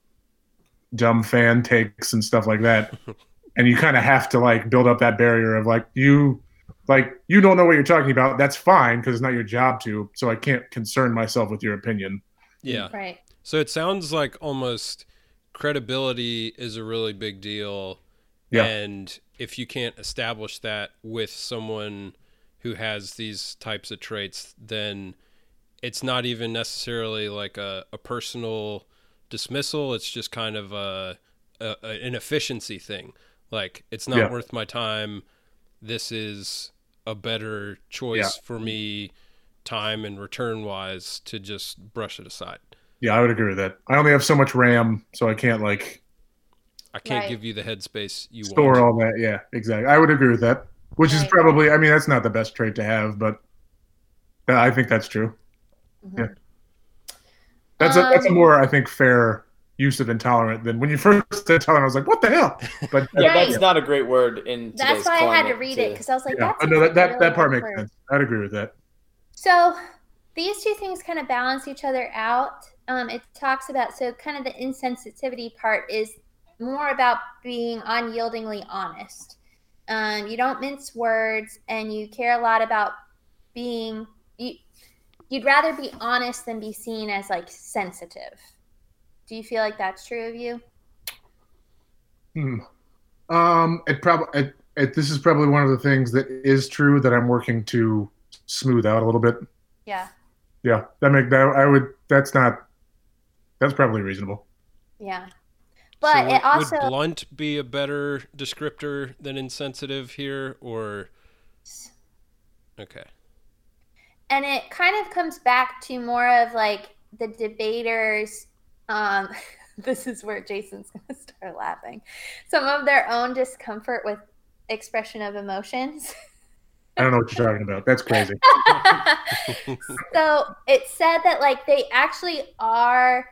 S5: dumb fan takes and stuff like that. and you kind of have to like build up that barrier of like you like you don't know what you're talking about. That's fine because it's not your job to. So I can't concern myself with your opinion.
S2: Yeah.
S4: Right.
S2: So it sounds like almost credibility is a really big deal.
S5: Yeah.
S2: And if you can't establish that with someone who has these types of traits, then it's not even necessarily like a, a personal dismissal. It's just kind of a, a, a an efficiency thing. Like it's not
S5: Yeah.
S2: worth my time. This is a better choice for me, time and return wise, to just brush it aside.
S5: Yeah, I would agree with that. I only have so much RAM, so I can't like
S2: I can't
S4: Right.
S2: give you the headspace you
S5: store
S2: want.
S5: all that. Yeah, exactly. I would agree with that. Which is
S4: Right.
S5: probably, I mean, that's not the best trait to have, but I think that's true.
S4: Mhm.
S5: Yeah. That's a that's a
S4: Um,
S5: more I think fair use of intolerant than when you first said tolerant. I was like, what the hell? But
S1: Yeah,
S4: Right.
S1: that's not a great word in
S4: That's
S1: today's
S4: why I had to
S1: climate
S4: read it because I was like,
S5: yeah.
S4: that's
S5: Oh, no, that, that, that part
S4: really
S5: makes
S4: good word.
S5: sense. I'd agree with that.
S4: So these two things kind of balance each other out. Um, it talks about so kind of the insensitivity part is more about being unyieldingly honest. Um, you don't mince words, and you care a lot about being you. You'd rather be honest than be seen as like sensitive. Do you feel like that's true of you?
S5: Hmm. Um, it probably it, it, this is probably one of the things that is true that I'm working to smooth out a little bit.
S4: Yeah.
S5: Yeah, that make that I would. That's not. That's probably reasonable.
S4: Yeah. But
S2: So would-
S4: it also
S2: would blunt be a better descriptor than insensitive here, or okay,
S4: and it kind of comes back to more of like the debaters um this is where jason's gonna start laughing some of their own discomfort with expression of emotions
S5: I don't know what you're talking about. That's crazy.
S4: so it said that like they actually are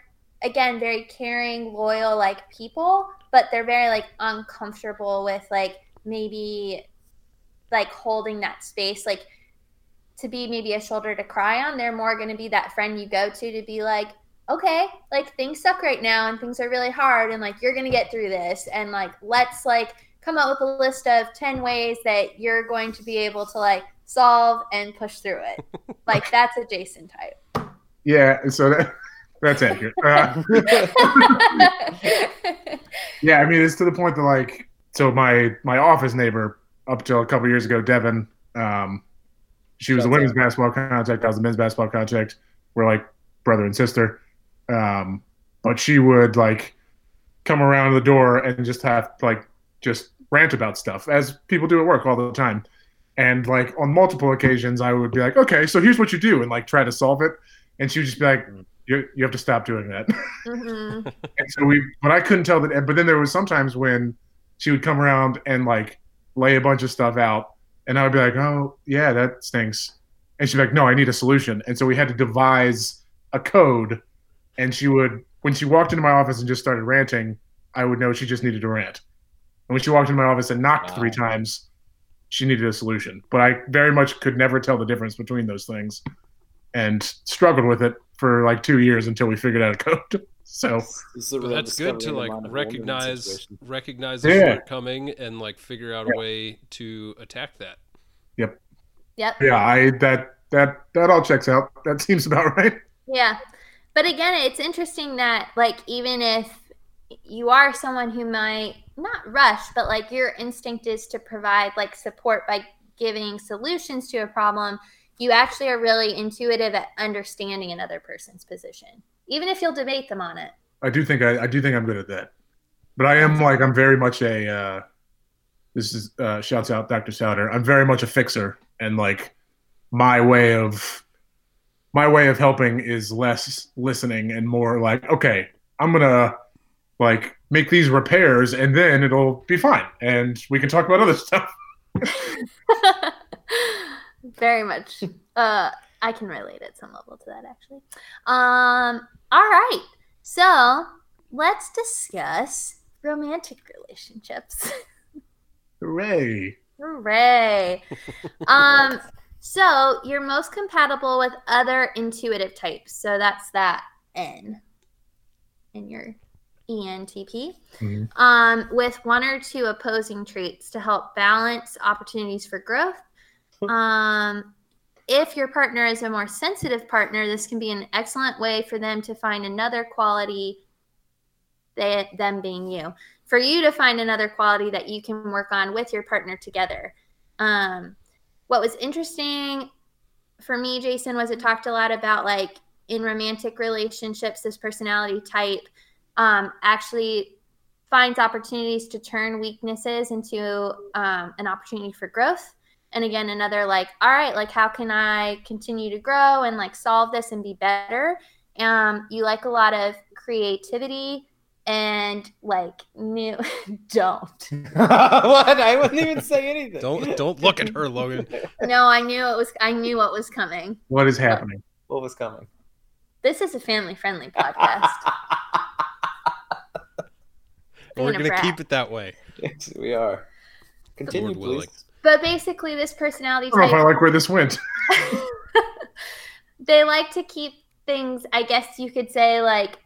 S4: again very caring loyal like people but they're very like uncomfortable with like maybe like holding that space like to be maybe a shoulder to cry on they're more going to be that friend you go to to be like okay like things suck right now and things are really hard and like you're going to get through this and like let's like come up with a list of 10 ways that you're going to be able to like solve and push through it like that's a jason type
S5: yeah. So that that's accurate. Uh, yeah, I mean, it's to the point that like, so my my office neighbor up till a couple years ago, Devin, um, she was the
S1: Shouts
S5: women's
S1: out.
S5: basketball contact. I was the men's basketball contact. We're like brother and sister. Um, but she would like come around the door and just have like just rant about stuff as people do at work all the time. And like on multiple occasions, I would be like, okay, so here's what you do, and like try to solve it. And she would just be like, you, you have to stop doing that.
S4: Mhm.
S5: And so we, but I couldn't tell that. But then there was sometimes when she would come around and like lay a bunch of stuff out, and I would be like, "Oh yeah, that stinks," and she'd be like, "No, I need a solution." And so we had to devise a code. And she would, when she walked into my office and just started ranting, I would know she just needed to rant. And when she walked into my office and knocked
S1: Wow.
S5: three times, she needed a solution. But I very much could never tell the difference between those things, and struggled with it for like two years until we figured out a code. So.
S1: This is a
S2: Well,
S1: real
S2: that's good to
S1: discovery
S2: like
S1: in the mind of a woman in that
S2: recognize
S1: situation.
S2: recognize the
S5: Yeah.
S2: shortcoming and like figure out a
S5: Yeah.
S2: way to attack that.
S4: yep
S5: Yeah, I that that that all checks out. That seems about right.
S4: Yeah. But again, it's interesting that, like, even if you are someone who might not rush, but like your instinct is to provide like support by giving solutions to a problem, you actually are really intuitive at understanding another person's position, even if you'll debate them on it.
S5: I do think I, I do think I'm good at that. But I am like I'm very much a uh this is uh shouts out Dr. Souter. I'm very much a fixer and like my way of my way of helping is less listening and more like, okay, I'm gonna like make these repairs and then it'll be fine and we can talk about other stuff.
S4: Very much. Uh, I can relate at some level to that, actually. Um, all right. So let's discuss romantic relationships.
S5: Hooray.
S4: Hooray. um, So you're most compatible with other intuitive types. So that's that N in your E ENTP.
S5: Mhm.
S4: Um, with one or two opposing traits to help balance opportunities for growth. Um, if your partner is a more sensitive partner, this can be an excellent way for them to find another quality, they, them being you, for you to find another quality that you can work on with your partner together. Um, what was interesting for me, Jason, was it talked a lot about like in romantic relationships, this personality type um, actually finds opportunities to turn weaknesses into um, an opportunity for growth and again another like all right like how can i continue to grow and like solve this and be better um you like a lot of creativity and like new don't
S1: what? I wouldn't even say anything.
S2: Don't don't look at her, Logan.
S4: no i knew it was i knew what was coming
S5: What is happening?
S1: What was coming?
S4: this is a family friendly podcast
S2: We're
S4: Being a
S2: gonna
S4: brat.
S2: keep it that way.
S1: Yes, we are. Continue,
S2: Lord willing.
S1: please.
S4: but basically this personality
S5: I don't know if I
S4: type
S5: like where this went.
S4: they like to keep things i guess you could say like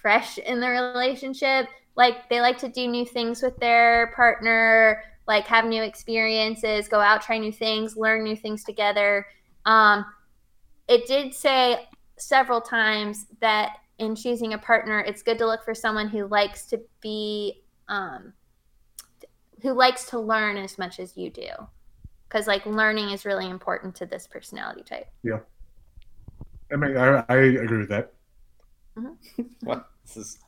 S4: fresh in the relationship like they like to do new things with their partner like have new experiences go out try new things learn new things together um, it did say several times that in choosing a partner it's good to look for someone who likes to be um, who likes to learn as much as you do because like learning is really important to this personality type
S5: I mean, I, I agree with that.
S1: Well, this is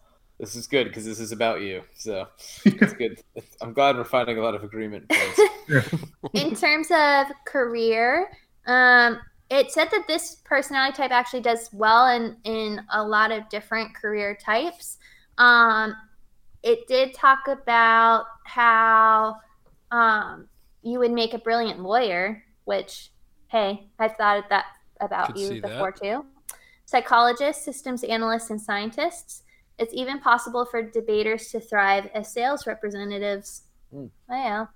S1: this is good because this is about you. So it's good. I'm glad we're finding a lot of agreement. points.
S4: in terms of career, um, it said that this personality type actually does well in in a lot of different career types. Um, it did talk about how um, you would make a brilliant lawyer, which hey, I thought of that about
S2: Could see
S4: you
S2: that.
S4: before too. Psychologists, systems analysts, and scientists. It's even possible for debaters to thrive as sales representatives.
S1: Mm.
S4: Wow. Um,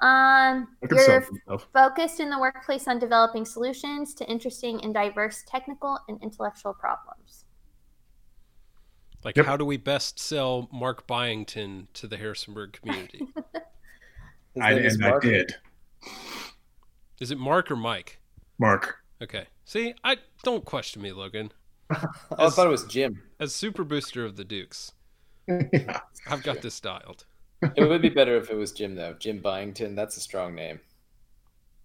S5: I could sell
S4: you're
S5: some stuff.
S4: focused in the workplace on developing solutions to interesting and diverse technical and intellectual problems.
S2: Like,
S5: Yep.
S2: how do we best sell Mark Byington to the Harrisonburg community?
S1: His
S5: I,
S1: name is
S5: and I
S1: Mark.
S5: did.
S2: Is it Mark or Mike?
S5: Mark.
S2: Okay. See, I don't question me, Logan.
S1: Oh, I thought it was Jim.
S2: As super booster of the Dukes,
S5: yeah.
S2: I've got this dialed.
S1: It would be better if it was Jim though. Jim Byington. That's a strong name.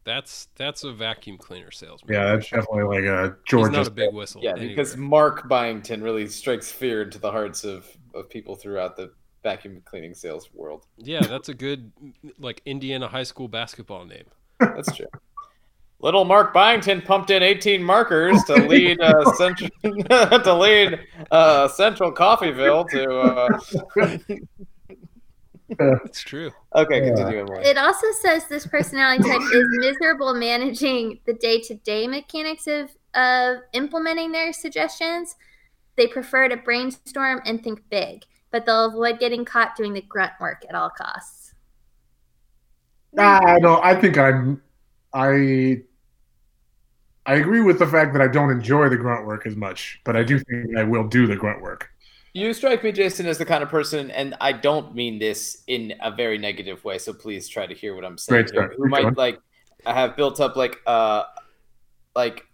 S2: That's that's a vacuum cleaner salesman.
S5: yeah, that's definitely like a
S2: He's
S5: Georgia.
S2: not a big whistle.
S1: Yeah, because Mark Byington really strikes fear into the hearts of, of people throughout the vacuum cleaning sales world.
S2: yeah, that's a good like Indiana high school basketball name.
S1: That's true. Little Mark Byington pumped in 18 markers to lead uh, central to lead uh, Central Coffeeville to. Uh...
S2: It's true.
S1: Okay,
S5: Yeah.
S1: continue. Emily.
S4: It also says this personality type is miserable managing the day to day mechanics of, of implementing their suggestions. They prefer to brainstorm and think big, but they'll avoid getting caught doing the grunt work at all costs.
S5: I don't. I think I'm. I. I agree with the fact that I don't enjoy the grunt work as much, but I do think I will do the grunt work.
S1: You strike me, Jason, as the kind of person, and I don't mean this in a very negative way. So please try to hear what I'm saying.
S5: Great
S1: here,
S5: start.
S1: Who
S5: Keep
S1: might
S5: going.
S1: like have built up like uh like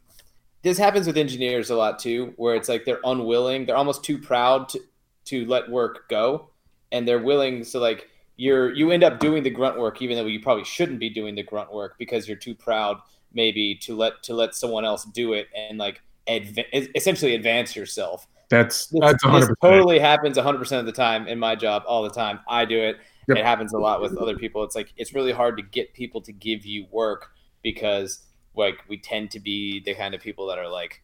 S1: this happens with engineers a lot too, where it's like they're unwilling, they're almost too proud to to let work go, and they're willing. So like you're you end up doing the grunt work, even though you probably shouldn't be doing the grunt work because you're too proud maybe to let to let someone else do it and like adv- essentially advance yourself
S5: That's
S1: this,
S5: that's
S1: this
S5: 100. percent
S1: totally happens 100% of the time in my job all the time i do it
S5: Yep.
S1: it happens a lot with other people it's like it's really hard to get people to give you work because like we tend to be the kind of people that are like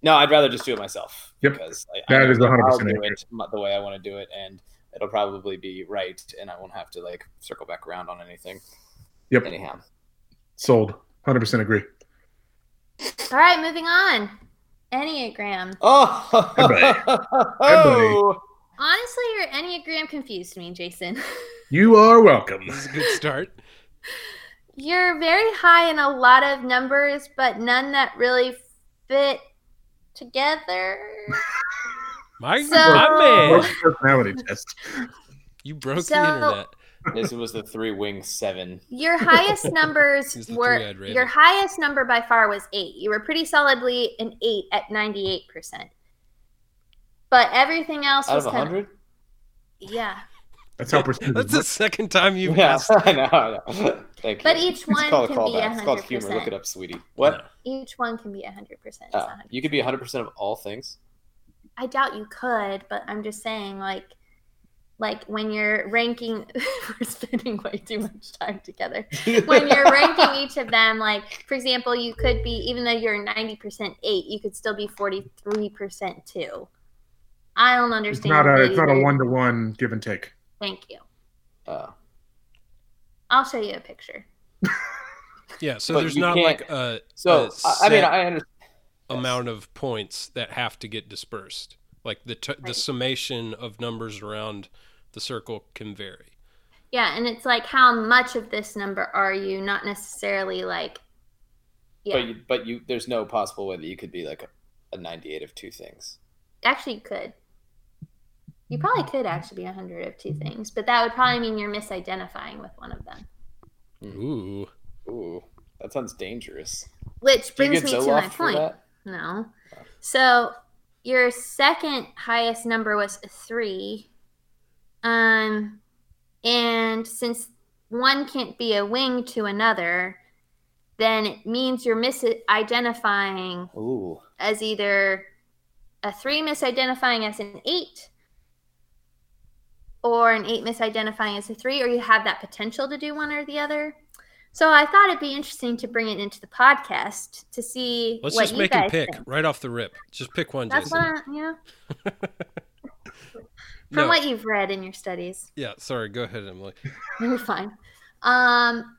S1: no i'd rather just do it myself
S5: Yep.
S1: because I,
S5: That
S1: I
S5: is
S1: know
S5: 100%
S1: i'll do
S5: accurate.
S1: it m- the way i want to do it and it'll probably be right and i won't have to like circle back around on anything
S5: Yep.
S1: anyhow
S5: Sold. 100 percent agree.
S4: All right, moving on. Enneagram.
S1: oh
S5: Hey, buddy. buddy.
S4: Honestly, your Enneagram confused me, Jason.
S5: You are welcome.
S2: This is a good start.
S4: you're very high in a lot of numbers, but none that really fit together.
S2: My,
S4: So-
S2: my man,
S5: Most personality test.
S2: you broke
S4: So-
S2: the internet.
S1: This was the three wing seven.
S4: Your highest
S2: He's
S4: numbers
S2: the
S4: were
S2: three-eyed raven.
S4: your highest number by far was eight. You were pretty solidly an eight at ninety eight percent. But everything else
S1: Out
S4: was
S1: of a
S4: kind of,
S1: hundred?
S4: yeah.
S5: That's how percentage
S2: That's the second time you've
S1: Yeah,
S2: asked.
S1: I know, I know. Thank
S4: But
S1: you.
S4: each one
S1: it's called
S4: can
S1: a
S4: be
S1: callback. It's called humor.
S4: 100%.
S1: Look it up, sweetie. What?
S4: Each one can be hundred percent.
S1: Uh, you could be 100% of all things.
S4: I doubt you could, but I'm just saying, like, like when you're ranking, we're spending way too much time together. When you're ranking each of them, like, for example, you could be, even though you're 90% eight, you could still be 43% two. I don't
S5: It's
S4: understand.
S5: not a it's
S4: that
S5: not a
S4: either.
S5: one to one give and take.
S4: Thank you.
S1: Uh,
S4: I'll show you a picture.
S2: Yeah, so
S1: But
S2: there's
S1: you
S2: not
S1: can't-
S2: like a
S1: so,
S2: Uh,
S1: I, I mean,
S2: set-
S1: I understand.
S2: amount of points that have to get dispersed. Like the t- the
S4: Right.
S2: summation of numbers around the circle can vary.
S4: Yeah, and it's like, how much of this number are you? Not necessarily like, yeah.
S1: But, you, but you, there's no possible way that you could be like a, a 98 of two things.
S4: Actually, you could. You probably could actually be a hundred of two things, but that would probably mean you're misidentifying with one of them.
S2: Ooh,
S1: Ooh, that sounds dangerous. Do
S4: Which
S1: you
S4: brings
S1: get
S4: me to my
S1: Zoloft for
S4: point.
S1: that?
S4: No. So your second highest number was three. Um and since one can't be a wing to another, then it means you're misidentifying
S1: Ooh.
S4: as either a three misidentifying as an eight or an eight misidentifying as a three, or you have that potential to do one or the other. So I thought it'd be interesting to bring it into the podcast to see
S2: let's
S4: what
S2: just
S4: you
S2: make him
S4: guys
S2: pick
S4: think.
S2: right off the rip. Just pick one,
S4: That's
S2: Jason.
S4: what I, you know, from
S2: No,
S4: what you've read in your studies,
S2: yeah, sorry. Go ahead, Emily.
S4: you're fine. Um,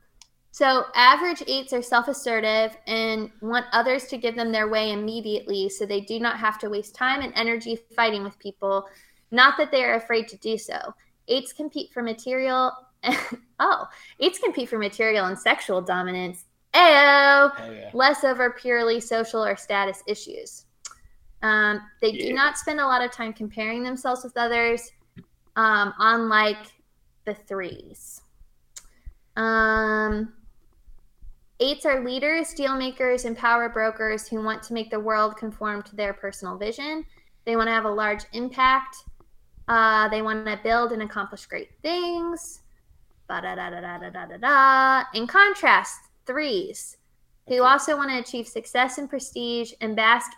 S4: so average eights are self-assertive and want others to give them their way immediately, so they do not have to waste time and energy fighting with people Not that they are afraid to do so. Eights compete for material. oh, eights compete for material and sexual dominance. Ayo!
S1: Oh, yeah.
S4: Less over purely social or status issues. Um, they do
S1: Yeah.
S4: not spend a lot of time comparing themselves with others, um, unlike the threes. Um, eights are leaders, deal makers, and power brokers who want to make the world conform to their personal vision. They want to have a large impact. Uh, they want to build and accomplish great things. Ba da da da da da da da da. In contrast, threes, who
S1: Okay.
S4: also want to achieve success and prestige and bask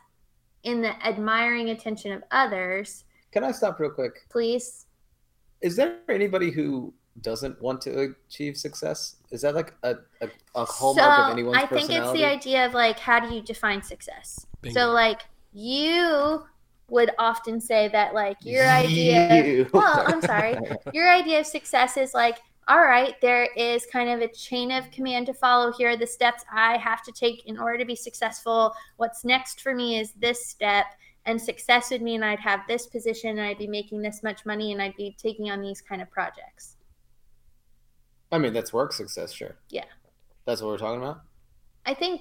S4: in the admiring attention of others.
S1: Can I stop real quick?
S4: Please,
S1: Is there anybody who doesn't want to achieve success? Is that like a, a, a hallmark of anyone's
S4: I think it's
S1: personality?
S4: the idea of like how do you define success?
S2: Bingo.
S4: So like you would often say that like your idea
S1: You.
S4: well, I'm sorry. Your idea of success is like, all right, there is kind of a chain of command to follow. Here are the steps I have to take in order to be successful. What's next for me is this step. And success would mean I'd have this position and I'd be making this much money and I'd be taking on these kind of projects.
S1: I mean, that's work success, sure.
S4: Yeah.
S1: That's what we're talking about?
S4: I think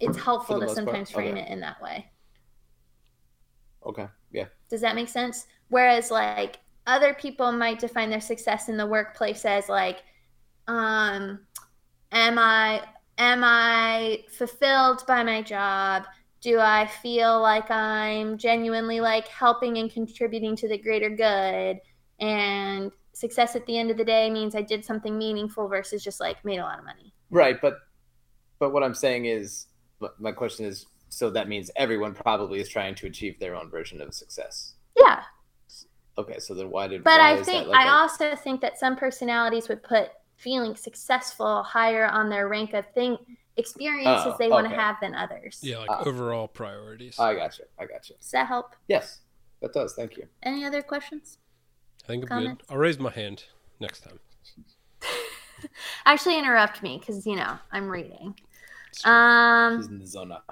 S4: it's helpful
S1: the
S4: to
S1: most part,
S4: sometimes frame
S1: okay.
S4: it in that way.
S1: Okay. Yeah.
S4: Does that make sense? Whereas like other people might define their success in the workplace as like, um, am I am I fulfilled by my job? Do I feel like I'm genuinely like helping and contributing to the greater good? And success at the end of the day means I did something meaningful versus just like made a lot of money.
S1: Right, but but what I'm saying is but my question is so that means everyone probably is trying to achieve their own version of success.
S4: Yeah,
S1: Okay, so then why did
S4: But
S1: why
S4: I
S1: is that
S4: think
S1: like
S4: I
S1: a-
S4: also think that some personalities would put feeling successful higher on their rank of thing experiences
S1: Oh,
S4: they want to
S1: okay.
S4: have than others.
S2: Yeah, like
S1: Ah.
S2: overall priorities.
S1: I got you. I got you.
S4: Does that help?
S1: Yes. That does. Thank you.
S4: Any other questions?
S2: I think I'm
S4: comments?
S2: good. I'll raise my hand next time.
S4: Actually, interrupt me because you know I'm reading.
S2: It's fine.
S4: Um,
S1: She's in the zone. now.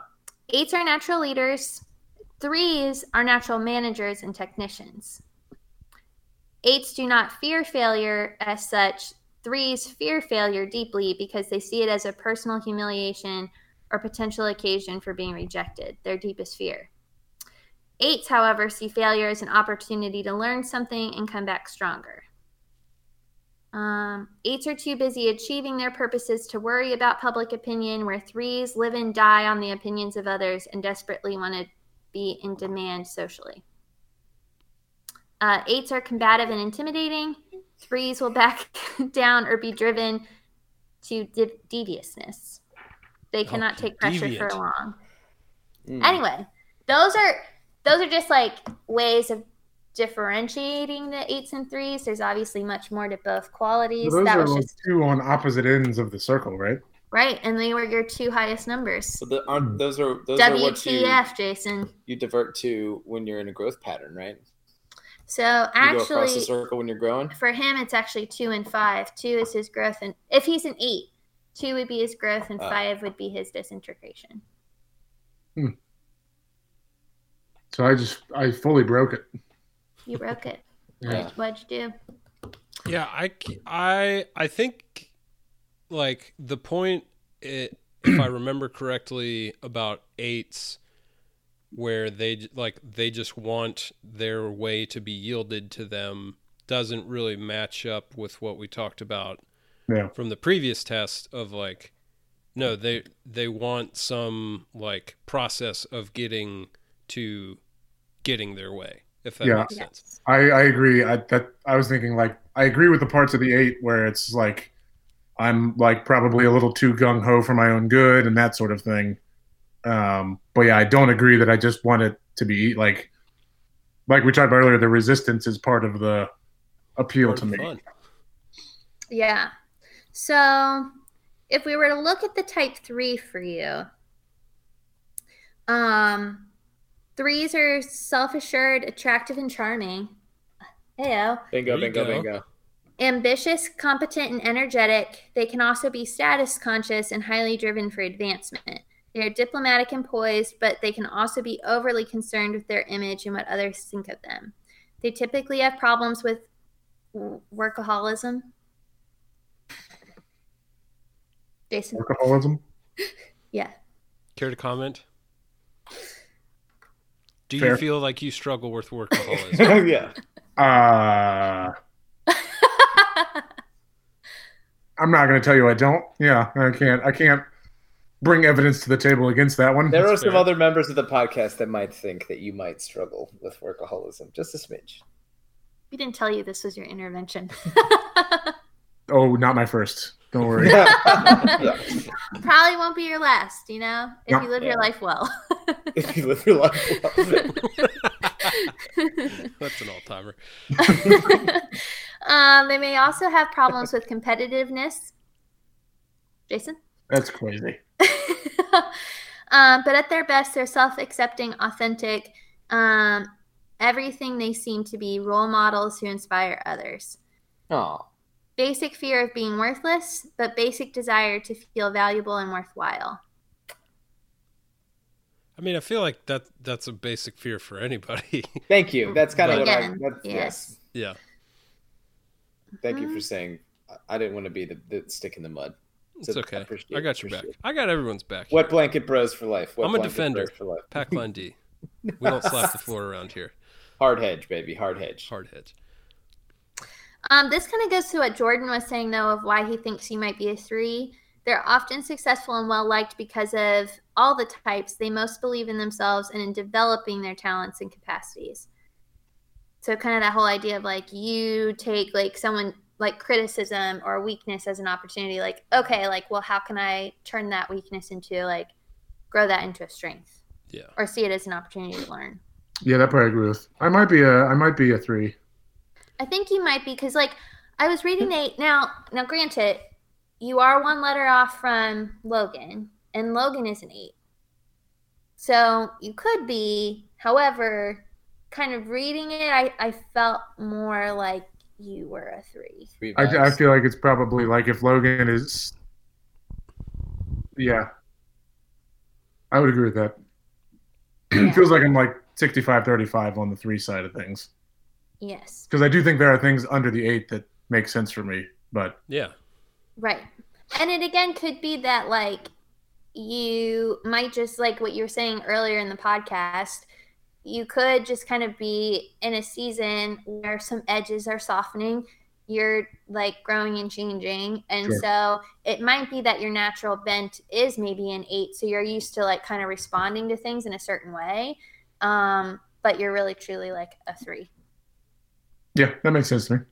S4: Eights are natural leaders. Threes are natural managers and technicians. Eights do not fear failure as such, Threes fear failure deeply because they see it as a personal humiliation or potential occasion for being rejected, their deepest fear. Eights, however, see failure as an opportunity to learn something and come back stronger. Um, eights are too busy achieving their purposes to worry about public opinion, where threes live and die on the opinions of others and desperately want to be in demand socially. Uh, eights are combative and intimidating. Threes will back down or be driven to de- deviousness. They cannot take pressure
S2: deviant.
S4: for long.
S1: Mm.
S4: Anyway, those are those are just like ways of differentiating the eights and threes. There's obviously much more to both qualities.
S5: those
S4: that
S5: are
S4: was
S5: like
S4: just
S5: two on opposite ends of the circle, right?
S4: right, and they were your two highest numbers.
S1: So the,
S2: Hmm.
S1: aren't those are those are what you
S4: WTF, Jason?
S1: you divert to when you're in a growth pattern, right?
S4: So
S1: you go across the
S4: actually,
S1: circle when you're growing.
S4: for him, it's actually two and five. Two is his growth, and if he's an eight, two would be his growth, and
S1: Ah.
S4: five would be his disintegration.
S5: So I just I fully broke it.
S4: You broke it.
S1: Yeah.
S4: What'd you do?
S2: Yeah, I, c- I, I think like the point, it, if I remember correctly, about eights, where they j- like they just want their way to be yielded to them doesn't really match up with what we talked about
S5: Yeah.
S2: from the previous test of like no they they want some like process of getting to getting their way if that
S5: Yeah.
S2: makes sense
S5: I, I agree. I that I was thinking like I agree with the parts of the eight where it's like I'm like probably a little too gung ho for my own good and that sort of thing. Um, but yeah, I don't agree that I just want it to be like like we talked about earlier. The resistance is part of the appeal
S2: Part
S5: to
S2: of
S5: me.
S2: fun.
S4: Yeah. So if we were to look at the type three for you, um, threes are self assured, attractive, and charming. Heyo.
S1: Bingo,
S2: There you
S1: bingo,
S2: go.
S1: bingo.
S4: Ambitious, competent, and energetic, they can also be status conscious and highly driven for advancement. They are diplomatic and poised, but they can also be overly concerned with their image and what others think of them. They typically have problems with w- workaholism. Jason,
S5: Workaholism.
S4: yeah.
S2: Care to comment? Do you
S5: Fair.
S2: feel like you struggle with workaholism?
S1: yeah.
S5: Uh, I'm not going to tell you I don't. Yeah, I can't. I can't bring evidence to the table against that one.
S1: There are some
S2: fair.
S1: other members of the podcast that might think that you might struggle with workaholism, just a smidge.
S4: We didn't tell you this was your intervention.
S5: oh, not my first. Don't worry.
S1: Yeah.
S4: Probably won't be your last, you know, if
S5: No.
S4: you live
S1: Yeah.
S4: your life well.
S1: If you live your life well.
S2: That's an all timer.
S4: um, they may also have problems with competitiveness. Jason?
S5: That's crazy.
S4: um, but at their best, they're self accepting, authentic. Um, everything they seem to be role models who inspire others.
S1: Aw.
S4: Basic fear of being worthless, but basic desire to feel valuable and worthwhile.
S2: I mean, I feel like that that's a basic fear for anybody.
S1: Thank you. That's kind of what I.
S4: Again,
S1: That's, yes.
S4: yes.
S2: yeah.
S1: Thank
S2: Mm-hmm.
S1: you for saying. I- I didn't want to be the, the stick in the mud.
S2: It's
S1: So, I
S2: okay.
S1: appreciate-
S2: I got your back.
S1: appreciate
S2: I got everyone's back.
S1: Wet blanket bros for life. Wet
S2: I'm a
S1: blanket
S2: defender.
S1: bros for life.
S2: Pack line D. We don't slap the floor around here.
S1: Hard hedge, baby. Hard hedge.
S2: Hard hedge.
S4: Um, this kind of goes to what Jordan was saying, though, of why he thinks you might be a three. They're often successful and well liked because of all the types. They most believe in themselves and in developing their talents and capacities. So, kind of that whole idea of like you take like someone like criticism or weakness as an opportunity, like, okay, like, well, how can I turn that weakness into like grow that into a strength
S2: Yeah.
S4: or see it as an opportunity to learn?
S5: Yeah, that probably agree with. I might be a. I might be a three.
S4: I think you might be because like I was reading Nate now now granted you are one letter off from Logan and Logan is an eight. So you could be, however, kind of reading it, I, I felt more like you were a three.
S1: Three
S5: I, I
S1: vibes.
S5: feel like it's probably like if Logan is. Yeah. I would agree with that.
S4: Yeah.
S5: Feels like I'm like 65 35 on the three side of things.
S4: Yes.
S5: Because I do think there are things under the eight that make sense for me. But
S2: Yeah.
S4: Right. And it again could be that like you might just like what you were saying earlier in the podcast, you could just kind of be in a season where some edges are softening, you're like growing and changing. And
S5: Sure.
S4: so it might be that your natural bent is maybe an 8, so you're used to like kind of responding to things in a certain way. Um but you're really truly like a 3,
S5: yeah, that makes sense to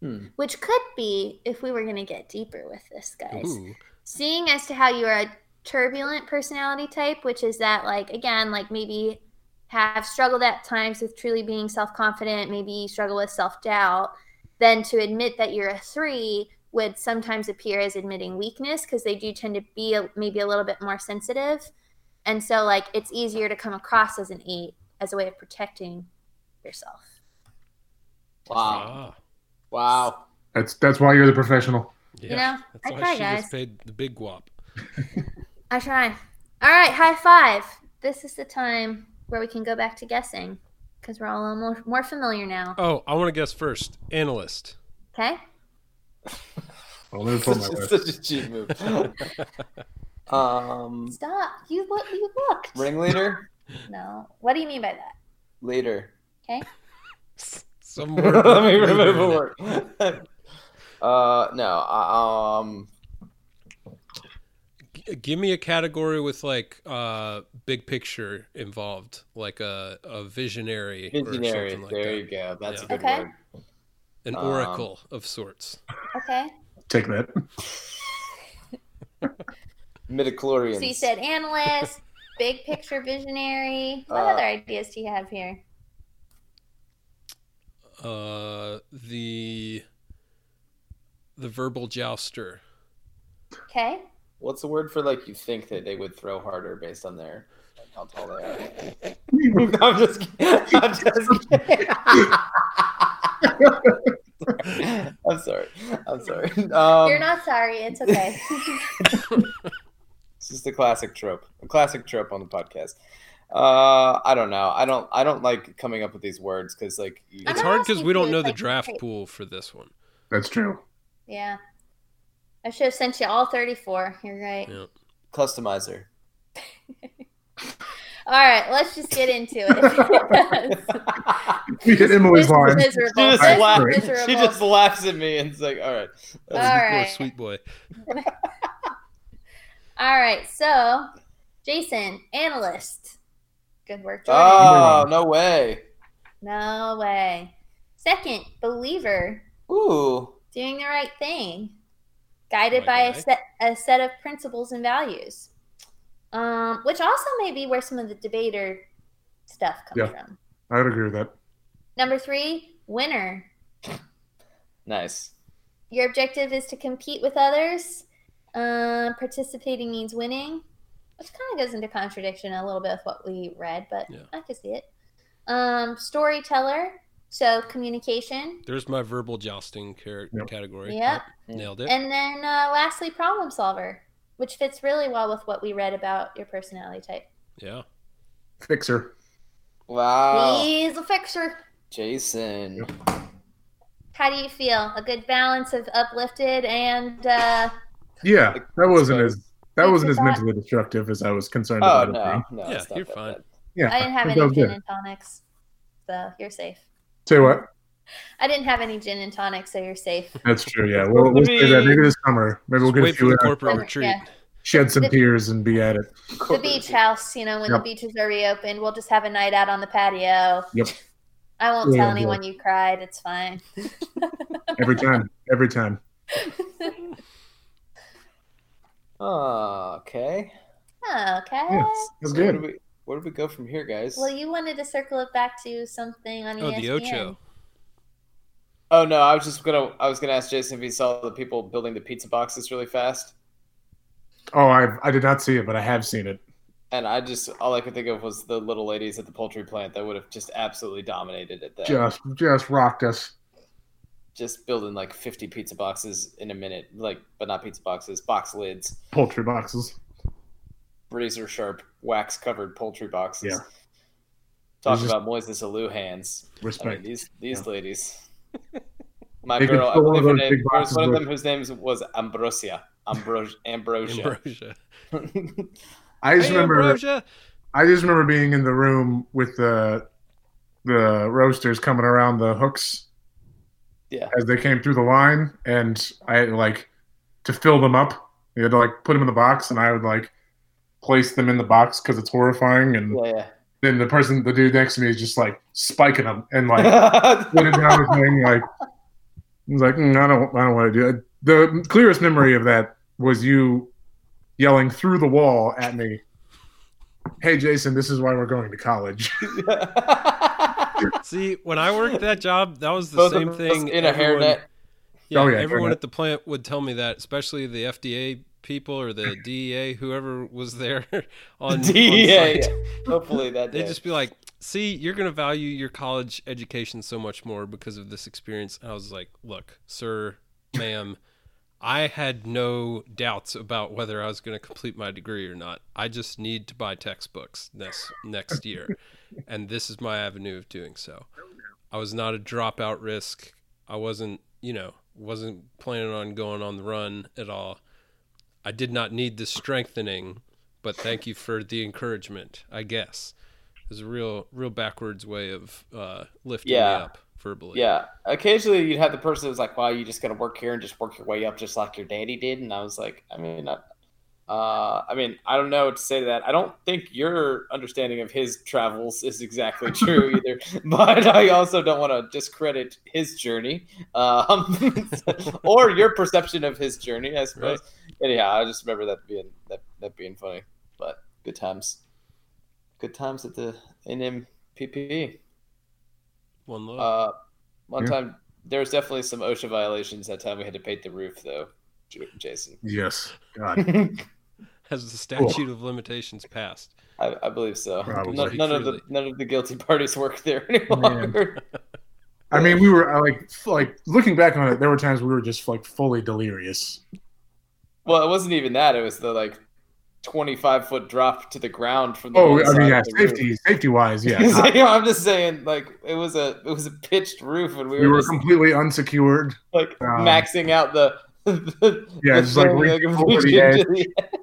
S5: me.
S4: which could be if we were going to get deeper with this guys.
S2: Ooh.
S4: seeing as to how you are a turbulent personality type, which is that like again, like maybe have struggled at times with truly being self-confident, maybe you struggle with self-doubt, then to admit that you're a 3 would sometimes appear as admitting weakness because they do tend to be a, maybe a little bit more sensitive. And so like it's easier to come across as an 8 as a way of protecting yourself.
S1: Wow.
S2: Ah,
S1: Wow.
S5: That's that's why you're the professional.
S2: yeah.
S4: know,
S2: That's
S4: I
S2: why
S4: try,
S2: she
S4: guys.
S2: gets paid the big whop.
S4: I try. All right, high five. This is the time where we can go back to guessing because we're all a little more, more familiar now.
S2: Oh, I want to guess first. Analyst.
S4: Okay?
S5: Well, let me pull my
S1: Such a,
S5: list.
S1: such a cheap move. um,
S4: Stop. You look. You looked.
S1: ringleader,
S4: No. What do you mean by that?
S1: leader.
S2: Some word.
S1: Let me
S2: with leader
S1: remove
S2: in
S1: a
S2: it.
S1: word. uh, no. uh, Um,
S2: G- give me a category with like uh big picture involved, like a, a visionary, or
S1: visionary.
S2: something like
S1: there
S2: that.
S1: you go. That's a
S2: Yeah.
S1: good
S4: Okay.
S1: word.
S2: An
S1: Um,
S2: oracle of sorts.
S4: Okay.
S5: Take that.
S1: Midichlorians.
S4: So you said analyst, big picture visionary. What
S1: Uh,
S4: other ideas do you have here?
S2: Uh the the verbal jouster.
S4: Okay.
S1: What's the word for like you think that they would throw harder based on their like, how tall they are? No, I'm just kidding. I'm just kidding. I'm sorry. I'm sorry. Um,
S4: You're not sorry. It's okay.
S1: It's just a classic trope. A classic trope on the podcast. Uh, I don't know. I don't. I don't like coming up with these words because like you,
S4: I'm
S2: It's
S4: not
S2: hard because
S4: asking
S2: we
S4: you
S2: don't
S4: to,
S2: know the
S4: like,
S2: draft
S4: pick.
S2: pool for this one.
S5: That's true.
S4: yeah. I should have sent you all 34. You're right.
S2: Yeah.
S1: customizer.
S4: All right. Let's just get into it.
S5: We hit Emily's
S4: this is
S1: she
S5: line.
S4: miserable.
S1: just
S4: This is
S1: laughs.
S4: miserable.
S1: She just laughs at me and it's like, all right.
S4: All
S1: That's-
S4: right.
S2: Oh, Poor sweet boy.
S4: All right, so Jason, analyst. Good work, Jordan.
S1: Oh no way.
S4: No way. Second, believer,
S1: Ooh.
S4: doing the right thing, guided
S2: Right,
S4: by a
S2: right.
S4: set a set of principles and values, um, which also may be where some of the debater stuff comes from.
S5: I would agree with that.
S4: Number three, winner.
S1: Nice.
S4: Your objective is to compete with others. Uh, participating means winning, which kind of goes into contradiction a little bit with what we read, but
S2: Yeah.
S4: I can see it. Um, storyteller, so communication.
S2: There's my verbal jousting car-
S5: Yep.
S2: category.
S4: Yep.
S2: Nailed it.
S4: And then uh, lastly, problem solver, which fits really well with what we read about your personality type.
S2: yeah.
S5: Fixer. Oh.
S1: Wow.
S4: He's a fixer.
S1: Jason.
S4: How do you feel? A good balance of uplifted and uh,
S5: Yeah, that wasn't as that
S4: Fixer
S5: wasn't as
S4: thought.
S5: mentally destructive as I was concerned
S1: Oh
S5: about. it
S1: no,
S5: being.
S1: no.
S2: Yeah,
S1: it's not
S2: you're
S1: that
S2: fine.
S1: bad.
S5: Yeah,
S4: I didn't have
S5: that
S4: any
S5: was
S4: gin
S5: good.
S4: and tonics, so you're safe.
S5: Say what?
S4: I didn't have any gin and tonic, so you're safe.
S5: That's true. Yeah,
S1: It's
S5: we'll,
S1: supposed
S5: we'll
S1: to
S5: say that
S1: be-
S5: maybe this summer. Maybe we'll
S2: Just
S5: get a
S2: wait for
S5: few
S2: the
S5: in,
S2: corporate
S4: Yeah.
S2: retreat.
S5: shed some tears and be at it.
S4: The beach house, you know, when the
S5: Yep.
S4: beaches are reopened, we'll just have a night out on the patio.
S5: Yep.
S4: I won't
S5: Yeah,
S4: tell
S5: yeah.
S4: anyone you cried. It's fine.
S5: Every time. Every time.
S1: Oh, okay.
S4: Oh, okay.
S5: Yeah, that's
S1: So Where do
S5: good.
S1: we where do we go from here, guys?
S4: Well, you wanted to circle it back to something on E
S2: Oh,
S4: ESPN.
S2: the Ocho.
S1: Oh no, I was just gonna I was gonna ask Jason if he saw the people building the pizza boxes really fast.
S5: Oh, I I did not see it, but I have seen it.
S1: And I just all I could think of was the little ladies at the poultry plant that would have just absolutely dominated at that.
S5: Just just rocked us.
S1: Just building like fifty pizza boxes in a minute, like but not pizza boxes, box lids,
S5: Poultry boxes.
S1: razor sharp, wax covered poultry boxes.
S5: Yeah.
S1: Talk
S5: There's just-
S1: about Moises Alou hands. I mean
S5: Respect.
S1: these these ladies. My
S5: They could
S1: girl,
S5: fill one of
S1: her
S5: those
S1: name,
S5: big
S1: there was
S5: boxes
S1: one of
S5: with-
S1: them whose name was Ambrosia. Ambros- Ambrosia.
S2: Ambrosia.
S5: I just
S2: Hey,
S5: remember
S2: Ambrosia.
S5: I just remember being in the room with the the roasters coming around the hooks.
S1: Yeah.
S5: As they came through the line and I had, like to fill them up, you had to like put them in the box and I would like place them in the box because it's horrifying and
S1: yeah,
S5: then the person the dude next to me is just like spiking them and like
S1: yeah.
S5: putting down his thing like he's like "Mm, I don't I don't want to do it. The clearest memory of that was you yelling through the wall at me. Hey Jason, this is why we're going to college.
S2: See, when I worked that job, that was the
S1: Both of
S2: same
S1: us
S2: thing.
S1: in a hairnet.
S2: Yeah,
S5: Oh, yeah,
S2: everyone
S5: hairnet.
S2: at the plant would tell me that, especially the FDA people or the DEA, whoever was there on on
S1: DEA.
S2: site.
S1: E Hopefully that
S2: They'd
S1: day.
S2: just be like, "See, you're going to value your college education so much more because of this experience." And I was like, "Look, sir, ma'am, I had no doubts about whether I was going to complete my degree or not. I just need to buy textbooks next next year, and this is my avenue of doing so. I was not a dropout risk. I wasn't, you know, wasn't planning on going on the run at all. I did not need the strengthening, but thank you for the encouragement. I guess it was a real, real backwards way of uh, lifting
S1: Yeah.
S2: me up verbally.
S1: yeah. Occasionally you'd have the person who's like, wow, you just got to work here and just work your way up just like your daddy did. And I was like, I mean, I, uh, I mean, I don't know what to say to that. I don't think your understanding of his travels is exactly true either, but I also don't want to discredit his journey um, or your perception of his journey, I suppose. Anyhow, I just remember that being that, that being funny, but good times, good times at the NMPP.
S2: one love.
S1: Uh, one
S5: Yeah.
S1: time there was definitely some OSHA violations that time we had to paint the roof though, J- Jason.
S5: Yes. God.
S2: Has the statute of limitations passed?
S1: I, I believe so.
S5: Probably.
S1: None, none of the
S2: Truly.
S1: none of the guilty parties work there any
S5: Man.
S1: longer.
S5: I mean, we were I, like f- like looking back on it, there were times we were just like fully delirious.
S1: well, it wasn't even that. It was the like twenty five foot drop to the ground from the.
S5: Oh,
S1: one
S5: I mean,
S1: side
S5: yeah,
S1: of the roof.
S5: safety safety wise, yeah.
S1: So,
S5: not-
S1: you know, I'm just saying, like it was a it was a pitched roof, and we,
S5: we
S1: were
S5: were
S1: just,
S5: completely unsecured.
S1: like
S5: um,
S1: maxing out the. the
S5: Yeah,
S1: the
S5: just, like,
S1: thing,
S5: reaching
S1: if
S5: over
S1: we
S5: the
S1: should do
S5: edge.
S1: the-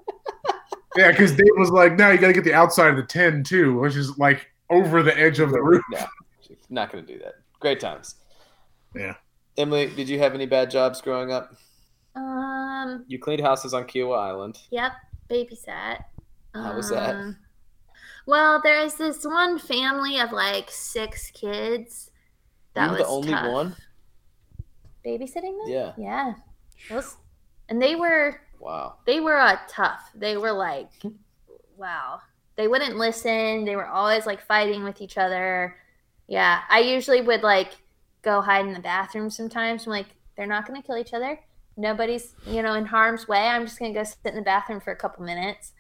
S5: Yeah, because Dave was like, "No, you got to get the outside of the tin too," which is like over the edge of the roof.
S1: No, not going to do that. Great times.
S5: Yeah.
S1: Emily, did you have any bad jobs growing up?
S4: Um.
S1: You cleaned houses on Kiowa Island.
S4: Yep. Babysat.
S1: How was that?
S4: Um, Well, there's this one family of like six kids. That
S1: you were
S4: was
S1: the only
S4: tough.
S1: one.
S4: babysitting them.
S1: Yeah.
S4: Yeah. It was- and they were
S1: Wow.
S4: they were uh, tough. They were like, wow. They wouldn't listen. They were always like fighting with each other. Yeah, I usually would like go hide in the bathroom sometimes. I'm like, they're not gonna kill each other. Nobody's you know in harm's way. I'm just gonna go sit in the bathroom for a couple minutes.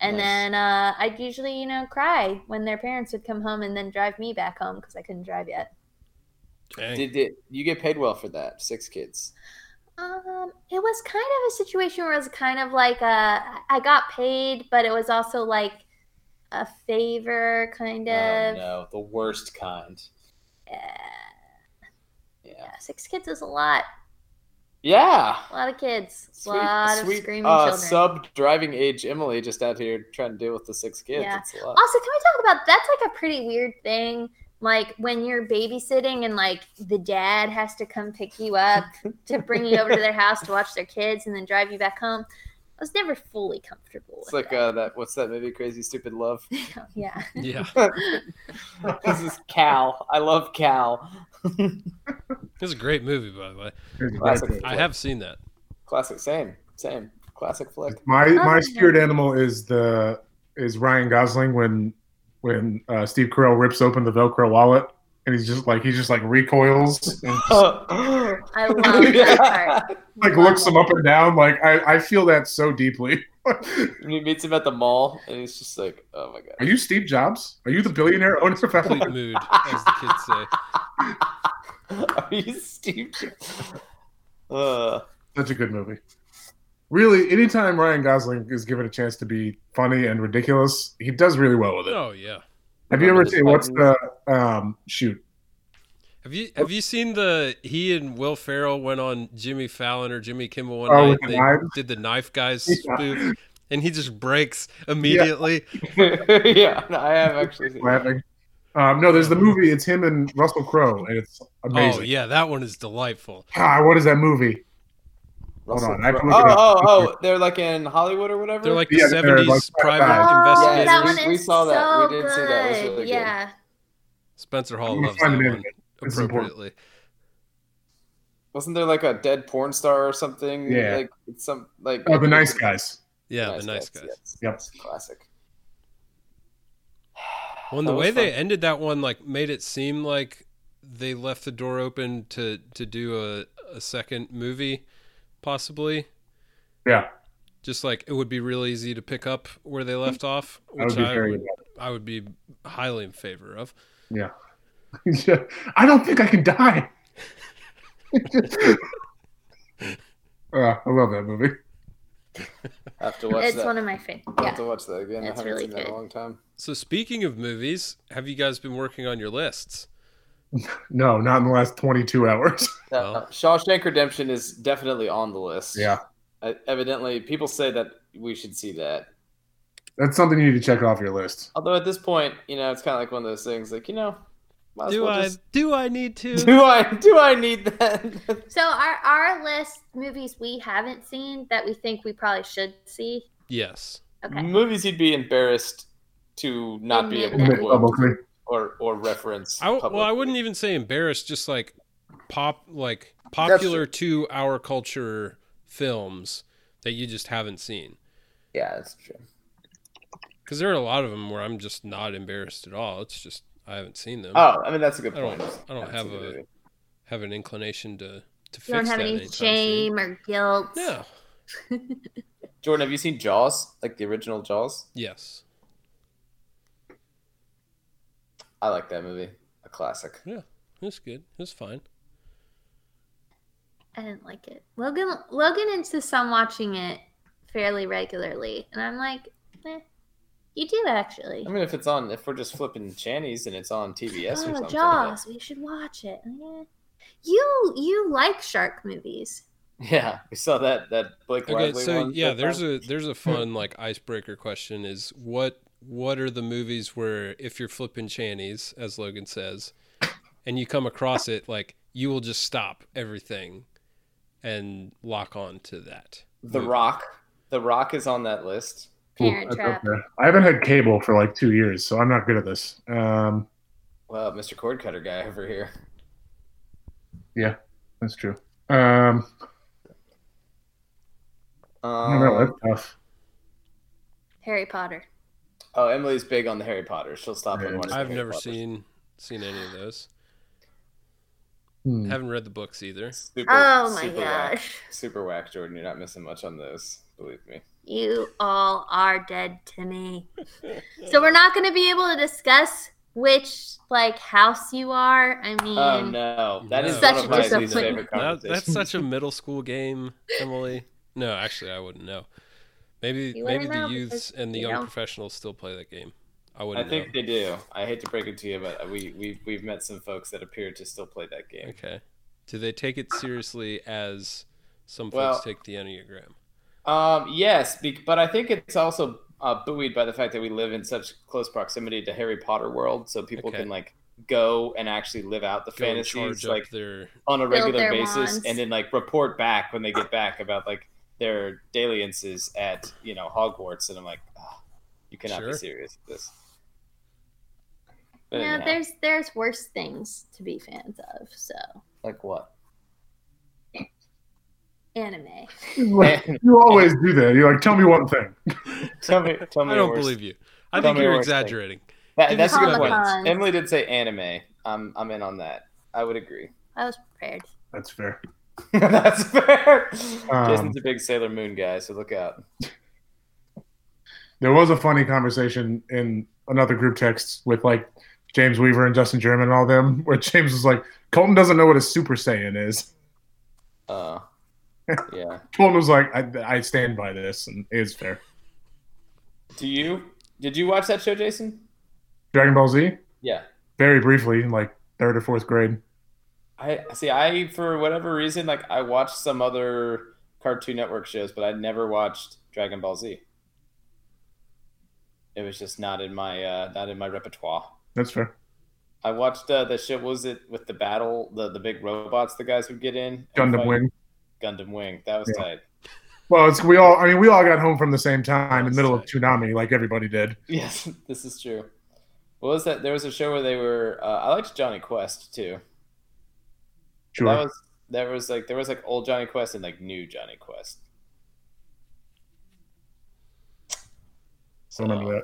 S4: And
S1: Nice.
S4: then uh, I'd usually, you know, cry when their parents would come home and then drive me back home because I couldn't drive yet.
S2: Dang.
S1: Did it, you get paid well for that? Six kids.
S4: Um, it was kind of a situation where it was kind of like uh, I got paid, but it was also like a favor, kind
S1: Oh,
S4: of.
S1: no, the worst kind.
S4: Yeah,
S1: Yeah.
S4: six kids is a lot.
S1: Yeah.
S4: A lot of kids. A
S1: Sweet,
S4: lot
S1: sweet
S4: of screaming
S1: uh,
S4: children.
S1: sub driving age Emily just out here trying to deal with the six kids.
S4: Yeah.
S1: It's a lot.
S4: also, can we talk about that's like a pretty weird thing? Like when you're babysitting and like the dad has to come pick you up to bring you over to their house to watch their kids and then drive you back home. I was never fully comfortable.
S1: It's
S4: with
S1: like
S4: that.
S1: uh, that. What's that movie? Crazy Stupid Love.
S4: yeah.
S2: Yeah.
S1: this is Cal. I love Cal.
S2: It's a great movie, by the way.
S1: Classic.
S2: I have seen that.
S1: Classic. Same. Same. Classic flick.
S5: My
S4: Oh, yeah.
S5: my spirit animal is the is Ryan Gosling when when uh, Steve Carell rips open the Velcro wallet and he's just like he just like recoils and just,
S4: Oh, I love that part.
S5: like
S4: Love
S5: looks him up and down. Like I I feel that so deeply. Are
S1: And he meets him at the mall, and he's just like, "Oh my god!"
S5: you Steve Jobs? Are you the billionaire owner of Apple?
S2: Complete mood, as the kids say.
S1: Are you Steve? Jobs? Uh,
S5: Such a good movie. Really, anytime Ryan Gosling is given a chance to be funny and ridiculous, he does really well with it.
S2: Oh yeah.
S5: Have you ever
S1: Remember the
S5: seen what's
S1: Titans?
S5: the um shoot?
S2: Have you have you seen the he and Will Ferrell went on Jimmy Fallon or Jimmy Kimmel one
S5: Oh,
S2: night?
S5: with the
S2: They
S5: knives?
S2: did the knife guys
S5: Yeah.
S2: spoof, and he just breaks immediately. Oh,
S1: yeah, no, I have actually. Seen that.
S5: laughing. Um, no, there's the movie. It's him and Russell Crowe, and it's
S2: Oh
S5: amazing.
S2: yeah, that one is delightful.
S5: God, Ah, what is that movie? Hold
S1: Russell
S5: on, I have to
S1: Crowe.
S5: look it
S1: Oh,
S5: up.
S1: oh, oh! They're like in Hollywood or whatever.
S2: They're like the
S5: Yeah, they're
S2: seventies
S5: like
S2: private
S5: bad
S4: Oh,
S1: Yeah,
S4: that
S1: we-
S2: investigators.
S4: one is
S1: we saw
S4: so
S1: that. We
S4: good.
S1: did see that. It was really good.
S4: yeah.
S2: Spencer Hall
S5: I'm gonna
S2: loves that
S5: find it in a
S2: one
S5: minute. It's important.
S2: appropriately.
S1: Wasn't there like a dead porn star or something?
S5: Yeah.
S1: Like it's some like.
S5: Oh, the nice guys.
S2: Yeah, the nice guys.
S1: yes.
S5: Yep.
S1: It's classic.
S2: Well, and the
S1: That was
S2: way they
S1: fun.
S2: ended that one like made it seem like they left the door open to to do a, a second movie, possibly.
S5: Yeah,
S2: Just like it would be real easy to pick up where they left off,
S5: that would
S2: which
S5: be
S2: I
S5: very.
S2: would, I would be highly in favor of.
S5: Yeah. I don't think I can die. uh, I love that movie.
S1: I have to watch
S4: It's
S1: that.
S4: one of my favorites.
S1: I have
S4: Yeah.
S1: to watch that again. I
S4: That's
S1: haven't
S4: really
S1: seen that in
S4: good.
S1: a long time.
S2: So speaking of movies, have you guys been working on your lists?
S5: No, not in the last 22 hours.
S1: Uh,
S2: Well.
S1: Shawshank Redemption is definitely on the list.
S5: Yeah,
S1: Uh, evidently, people say that we should see that.
S5: that's something you need to check off your list.
S1: Although at this point, you know, it's kind of like one of those things. Like you know, might as
S2: Do
S1: well
S2: I
S1: just-
S2: do I need to?
S1: do I do I need that?
S4: So our our list movies we haven't seen that we think we probably should see.
S2: yes.
S4: Okay.
S1: Movies you'd be embarrassed to not be able
S4: Admit
S1: to quote
S5: Publicly.
S1: or or reference.
S2: I, well, I
S1: publicly.
S2: wouldn't even say embarrassed, just like pop, like popular to our culture films that you just haven't seen.
S1: Yeah, that's true.
S2: Because there are a lot of them where I'm just not embarrassed at all. It's just I haven't seen them.
S1: Oh, I mean that's a good
S2: I don't-
S1: point.
S2: I don't
S1: That's
S2: have
S1: good
S2: a-
S1: movie.
S2: Have an inclination to to fix
S4: You don't have
S2: that
S4: any
S2: anytime soon.
S4: shame or guilt.
S2: No.
S1: Jordan, have you seen Jaws? Like the original Jaws?
S2: Yes.
S1: I like that movie. A classic.
S2: It's good. It's fine.
S4: I didn't like it. Logan Logan insists on watching it fairly regularly, and I'm like, eh, you do actually.
S1: I mean, if it's on, if we're just flipping channeys and it's on TBS or
S4: oh,
S1: something.
S4: Jaws, we should watch it. Eh. You you like shark movies?
S1: Yeah, we saw that that Blake
S2: Okay,
S1: Lively
S2: so
S1: one.
S2: yeah,
S1: that
S2: there's
S1: time.
S2: a there's a fun like icebreaker question is what what are the movies where if you're flipping channies, as Logan says, and you come across it, like you will just stop everything and lock on to that.
S1: The
S2: movie?
S1: Rock. The Rock is on that list.
S5: Ooh,
S4: Parent
S5: that's
S4: Trap.
S5: up there. I haven't had cable for like two years, so I'm not good at this. Um,
S1: Well, Mr. Cord Cutter guy over here.
S5: that's true. Um,
S2: Uh,
S5: I don't know.
S1: Um,
S5: That's tough.
S4: Harry Potter.
S1: oh, Emily's big on the Harry Potter. She'll stop
S5: Yeah.
S1: and watch. the
S2: I've
S1: Harry
S2: never
S1: Potter.
S2: seen seen any of those.
S5: Hmm.
S2: Haven't read the books either.
S1: Super,
S4: Oh my
S1: super whack.
S4: gosh,
S1: Super whack, Jordan. You're not missing much on those. Believe me.
S4: you all are dead to me. so we're not going to be able to discuss which like house you are. I mean,
S1: Oh no, that is
S4: Such
S1: one of
S4: a
S1: my least
S4: disappointment.
S1: favorite
S2: That- that's
S1: conversations.
S2: such a middle school game, Emily. No, actually, I wouldn't know. Maybe
S4: You wouldn't
S2: maybe the
S4: know
S2: youths
S4: because
S2: and the
S4: you
S2: young
S4: don't-
S2: professionals still play that game. I
S1: I
S2: wouldn't
S1: think
S2: know.
S1: they do. I hate to break it to you, but we we we've met some folks that appear to still play that game.
S2: Okay. Do they take it seriously as some
S1: Well-
S2: folks take the Enneagram?
S1: Um, yes, be- but I think it's also uh, buoyed by the fact that we live in such close proximity to Harry Potter world, so people
S2: Okay.
S1: can like go and actually live out the
S2: Go and
S1: fantasies
S2: charge up
S1: like
S2: their
S1: on a
S4: Build
S1: regular
S4: their
S1: basis,
S4: wands.
S1: and then like report back when they get back about like their dalliances at you know Hogwarts, and I'm like, "Ah, you cannot
S2: Sure.
S1: be serious with this. But
S4: no,
S1: anyhow,
S4: there's there's worse things to be fans of. So
S1: like what?
S4: anime.
S5: Like, you always do that. You're like, tell me one thing.
S1: Tell me, tell me.
S2: I
S1: a
S2: don't
S1: worse-
S2: believe you. I
S1: Tell
S2: think
S1: me
S2: you're
S1: a worse thing.
S2: exaggerating.
S1: That-
S2: Give me
S1: that's a good
S2: some
S1: point.
S4: Comic-Cons.
S1: Emily did say anime. I'm I'm in on that. I would agree.
S4: I was prepared.
S5: That's fair.
S1: That's fair.
S5: Um,
S1: Jason's a big Sailor Moon guy, so look out.
S5: There was a funny conversation in another group text with like James Weaver and Justin German and all them, where James was like, Colton doesn't know what a Super Saiyan is.
S1: Uh, yeah.
S5: Colton was like, I, I stand by this, and it is fair.
S1: Do you? Did you watch that show, Jason?
S5: Dragon Ball Z,
S1: Yeah.
S5: very briefly, in like third or fourth grade.
S1: I see. I for whatever reason, like I watched some other Cartoon Network shows, but I never watched Dragon Ball Z. It was just not in my uh, not in my repertoire.
S5: That's fair.
S1: I watched uh, the shit. what Was it with the battle the the big robots the guys would get in? and
S5: Gundam
S1: fight?
S5: Wing.
S1: Gundam Wing. That was
S5: Yeah.
S1: tight.
S5: Well, it's we all. I mean, we all got home from the same time in the middle of
S2: That's
S5: tsunami, like everybody did.
S1: Yes, this is true. What was that? There was a show where they were. Uh, I liked Johnny Quest too.
S5: Sure.
S1: That was there was like there was like old Johnny Quest and like new Johnny Quest.
S5: I remember that.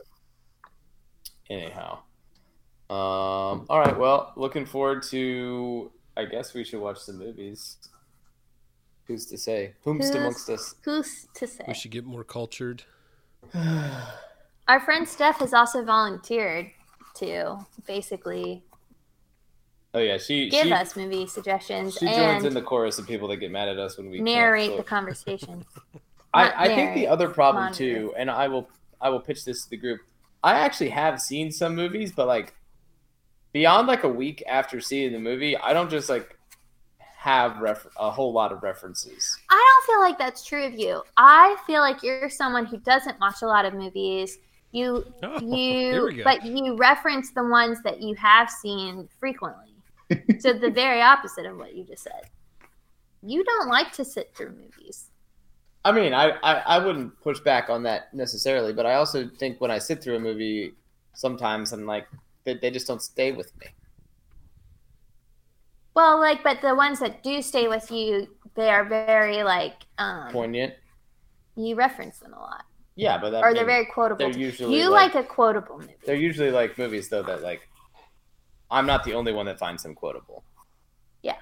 S1: anyhow um all right well looking forward to i guess we should watch some movies who's to say whom's
S4: Who's-
S1: amongst us
S4: Who's to say?
S2: We should get more cultured.
S4: Our friend Steph has also volunteered to basically
S1: oh yeah she
S4: give
S1: she,
S4: us movie suggestions
S1: she joins in
S4: and
S1: the chorus of people that get mad at us when we can't
S4: narrate
S1: vote.
S4: the conversation. not
S1: I, I think the
S4: narrate,
S1: other problem
S4: monitor.
S1: too and i will i will pitch this to the group i actually have seen some movies but like beyond like a week after seeing the movie i don't just like have refer- a whole lot of references
S4: I don't feel like that's true of you. I feel like you're someone who doesn't watch a lot of movies. You
S2: Oh, here we
S4: you
S2: go.
S4: but you reference the ones that you have seen frequently. so the very opposite of what you just said. You don't like to sit through movies.
S1: I mean, I, I, I wouldn't push back on that necessarily, but I also think when I sit through a movie, sometimes I'm like, they, they just don't stay with me.
S4: Well, like, but the ones that do stay with you, they are very like um,
S1: Poignant.
S4: you reference them a lot,
S1: Yeah, but that,
S4: or
S1: I
S4: they're
S1: mean,
S4: very quotable.
S1: they're
S4: to-
S1: usually,
S4: you
S1: like-
S4: like, a quotable movie.
S1: they're usually like movies, though, that like, I'm not the only one that finds them quotable.
S4: Yeah.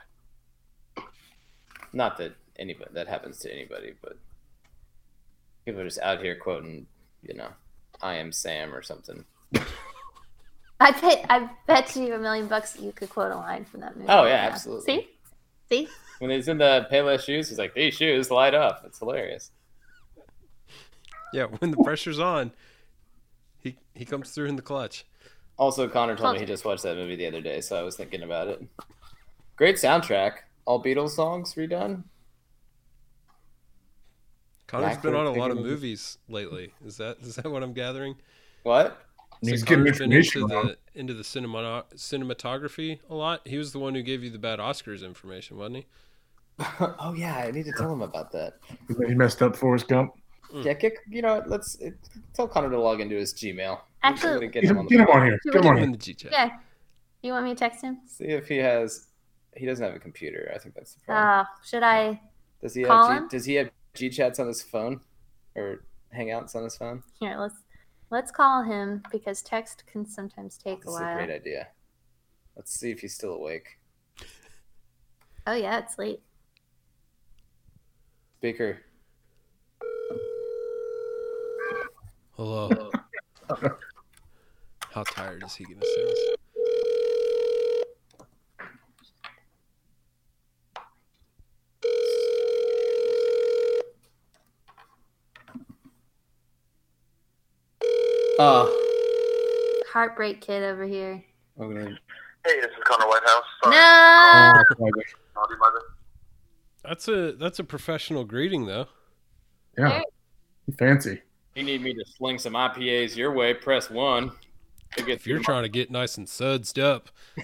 S1: Not that anybody, that happens to anybody, but people are just out here quoting, you know, I am Sam or something.
S4: I bet I bet you a million bucks that you could quote a line from that movie.
S1: Oh, yeah,
S4: right now.
S1: absolutely.
S4: See, see,
S1: When he's in the Payless shoes, he's like, these shoes light up. It's hilarious.
S2: Yeah, when the pressure's on, he he comes through in the clutch.
S1: Also, Connor told me he
S4: Connor.
S1: just watched that movie the other day, so I was thinking about it. Great soundtrack. All Beatles songs redone.
S2: Connor's been
S1: Backward
S2: on a lot of
S1: thinking.
S2: movies lately. Is that is that what I'm gathering?
S1: What?
S5: He's getting
S2: Connor's been into
S5: information. out.
S2: the into the cinema cinematography a lot. He was the one who gave you the bad Oscars information, wasn't he?
S1: oh yeah, I need to tell him about that.
S5: He messed up Forrest Gump.
S1: Yeah, get, you know, what, let's eh, tell Connor to log into his Gmail. I'm gonna
S4: Actually-
S1: get
S5: Get
S1: him
S5: him,
S1: on the
S5: on here.
S4: Should we
S5: Come
S4: do
S5: on
S2: In
S5: here.
S2: the G chat.
S4: yeah. You want me to text him?
S1: See if he has. He doesn't have a computer. I think that's the problem.
S4: Uh, should I?
S1: does he
S4: call
S1: have?
S4: him?
S1: G, does he have GChats on his phone or Hangouts on his phone?
S4: Here, let's let's call him because text can sometimes take a
S1: That's a
S4: while.
S1: great idea. Let's see if he's still awake.
S4: Oh yeah, it's late.
S1: Speaker.
S2: Hello. How tired is he gonna sound?
S1: Uh,
S4: Heartbreak kid over here.
S1: I'm gonna.
S6: Hey, this is Connor Whitehouse. Sorry,
S4: No.
S6: naughty mother.
S2: That's a that's a professional greeting though.
S5: Yeah. Fancy.
S1: You need me to sling some IPAs your way, press one. To get
S2: If you're trying to get nice and sudsed up,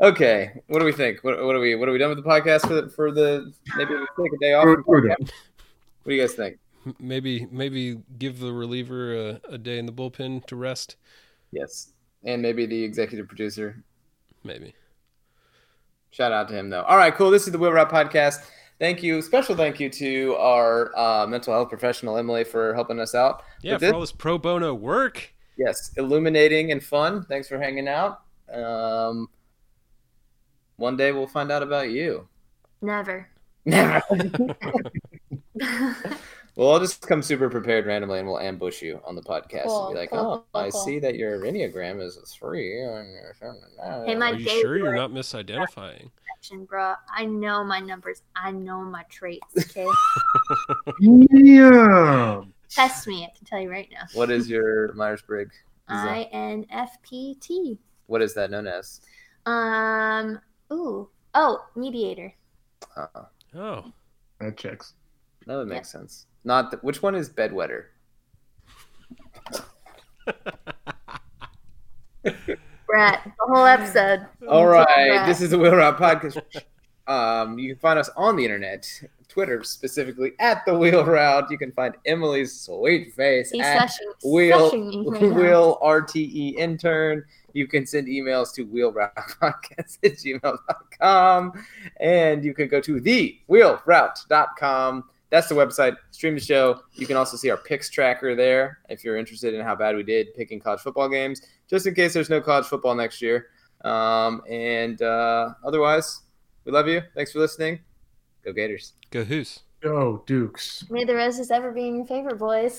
S1: okay, what do we think? What, what are we? What are we done with the podcast for the, for the maybe we take a day off?
S5: We're-
S1: What
S5: we're done.
S1: do you guys think?
S2: m- maybe maybe give the reliever a, a day in the bullpen to rest.
S1: Yes, and maybe the executive producer
S2: Maybe.
S1: Shout out to him though. All right, cool. This is the Wheel Route Podcast. Thank you. Special thank you to our uh, mental health professional Emily for helping us out.
S2: Yeah,
S1: with
S2: for
S1: this.
S2: all this pro bono work.
S1: Yes, illuminating and fun. Thanks for hanging out. Um, one day we'll find out about you.
S4: Never.
S1: Well, I'll just come super prepared randomly, and we'll ambush you on the podcast
S4: Cool,
S1: and be like,
S4: cool,
S1: "Oh,
S4: cool,
S1: I
S4: cool.
S1: see that your enneagram is three. And
S4: Hey, my
S2: Are you
S4: day
S2: sure you're
S4: work.
S2: not misidentifying?
S4: action, bro. I know my numbers. I know my traits. Okay,
S5: Yeah.
S4: test me. I can tell you right now.
S1: What is your Myers Briggs?
S4: INFPT.
S1: What is that known as?
S4: Um. Ooh. Oh, mediator.
S1: Uh,
S2: Oh,
S5: That checks.
S1: no, that makes sense. Not th- which one is bedwetter?
S4: Brett. The whole episode.
S1: All right,
S4: Brett.
S1: this is the Wheel Route Podcast. um, you can find us on the internet, Twitter specifically at the Wheel Route. You can find Emily's sweet face
S4: He's
S1: at
S4: shushing,
S1: Will-
S4: shushing me right now.
S1: Will RTE intern. You can send emails to wheelroutepodcast at gmail.com. And you can go to the wheelroute.com. That's the website. Stream the show. You can also see our picks tracker there if you're interested in how bad we did picking college football games, just in case there's no college football next year. Um, and uh, otherwise, we love you. Thanks for listening. Go Gators.
S2: go who's?
S5: Go Dukes.
S4: May the roses ever be in your favor, boys.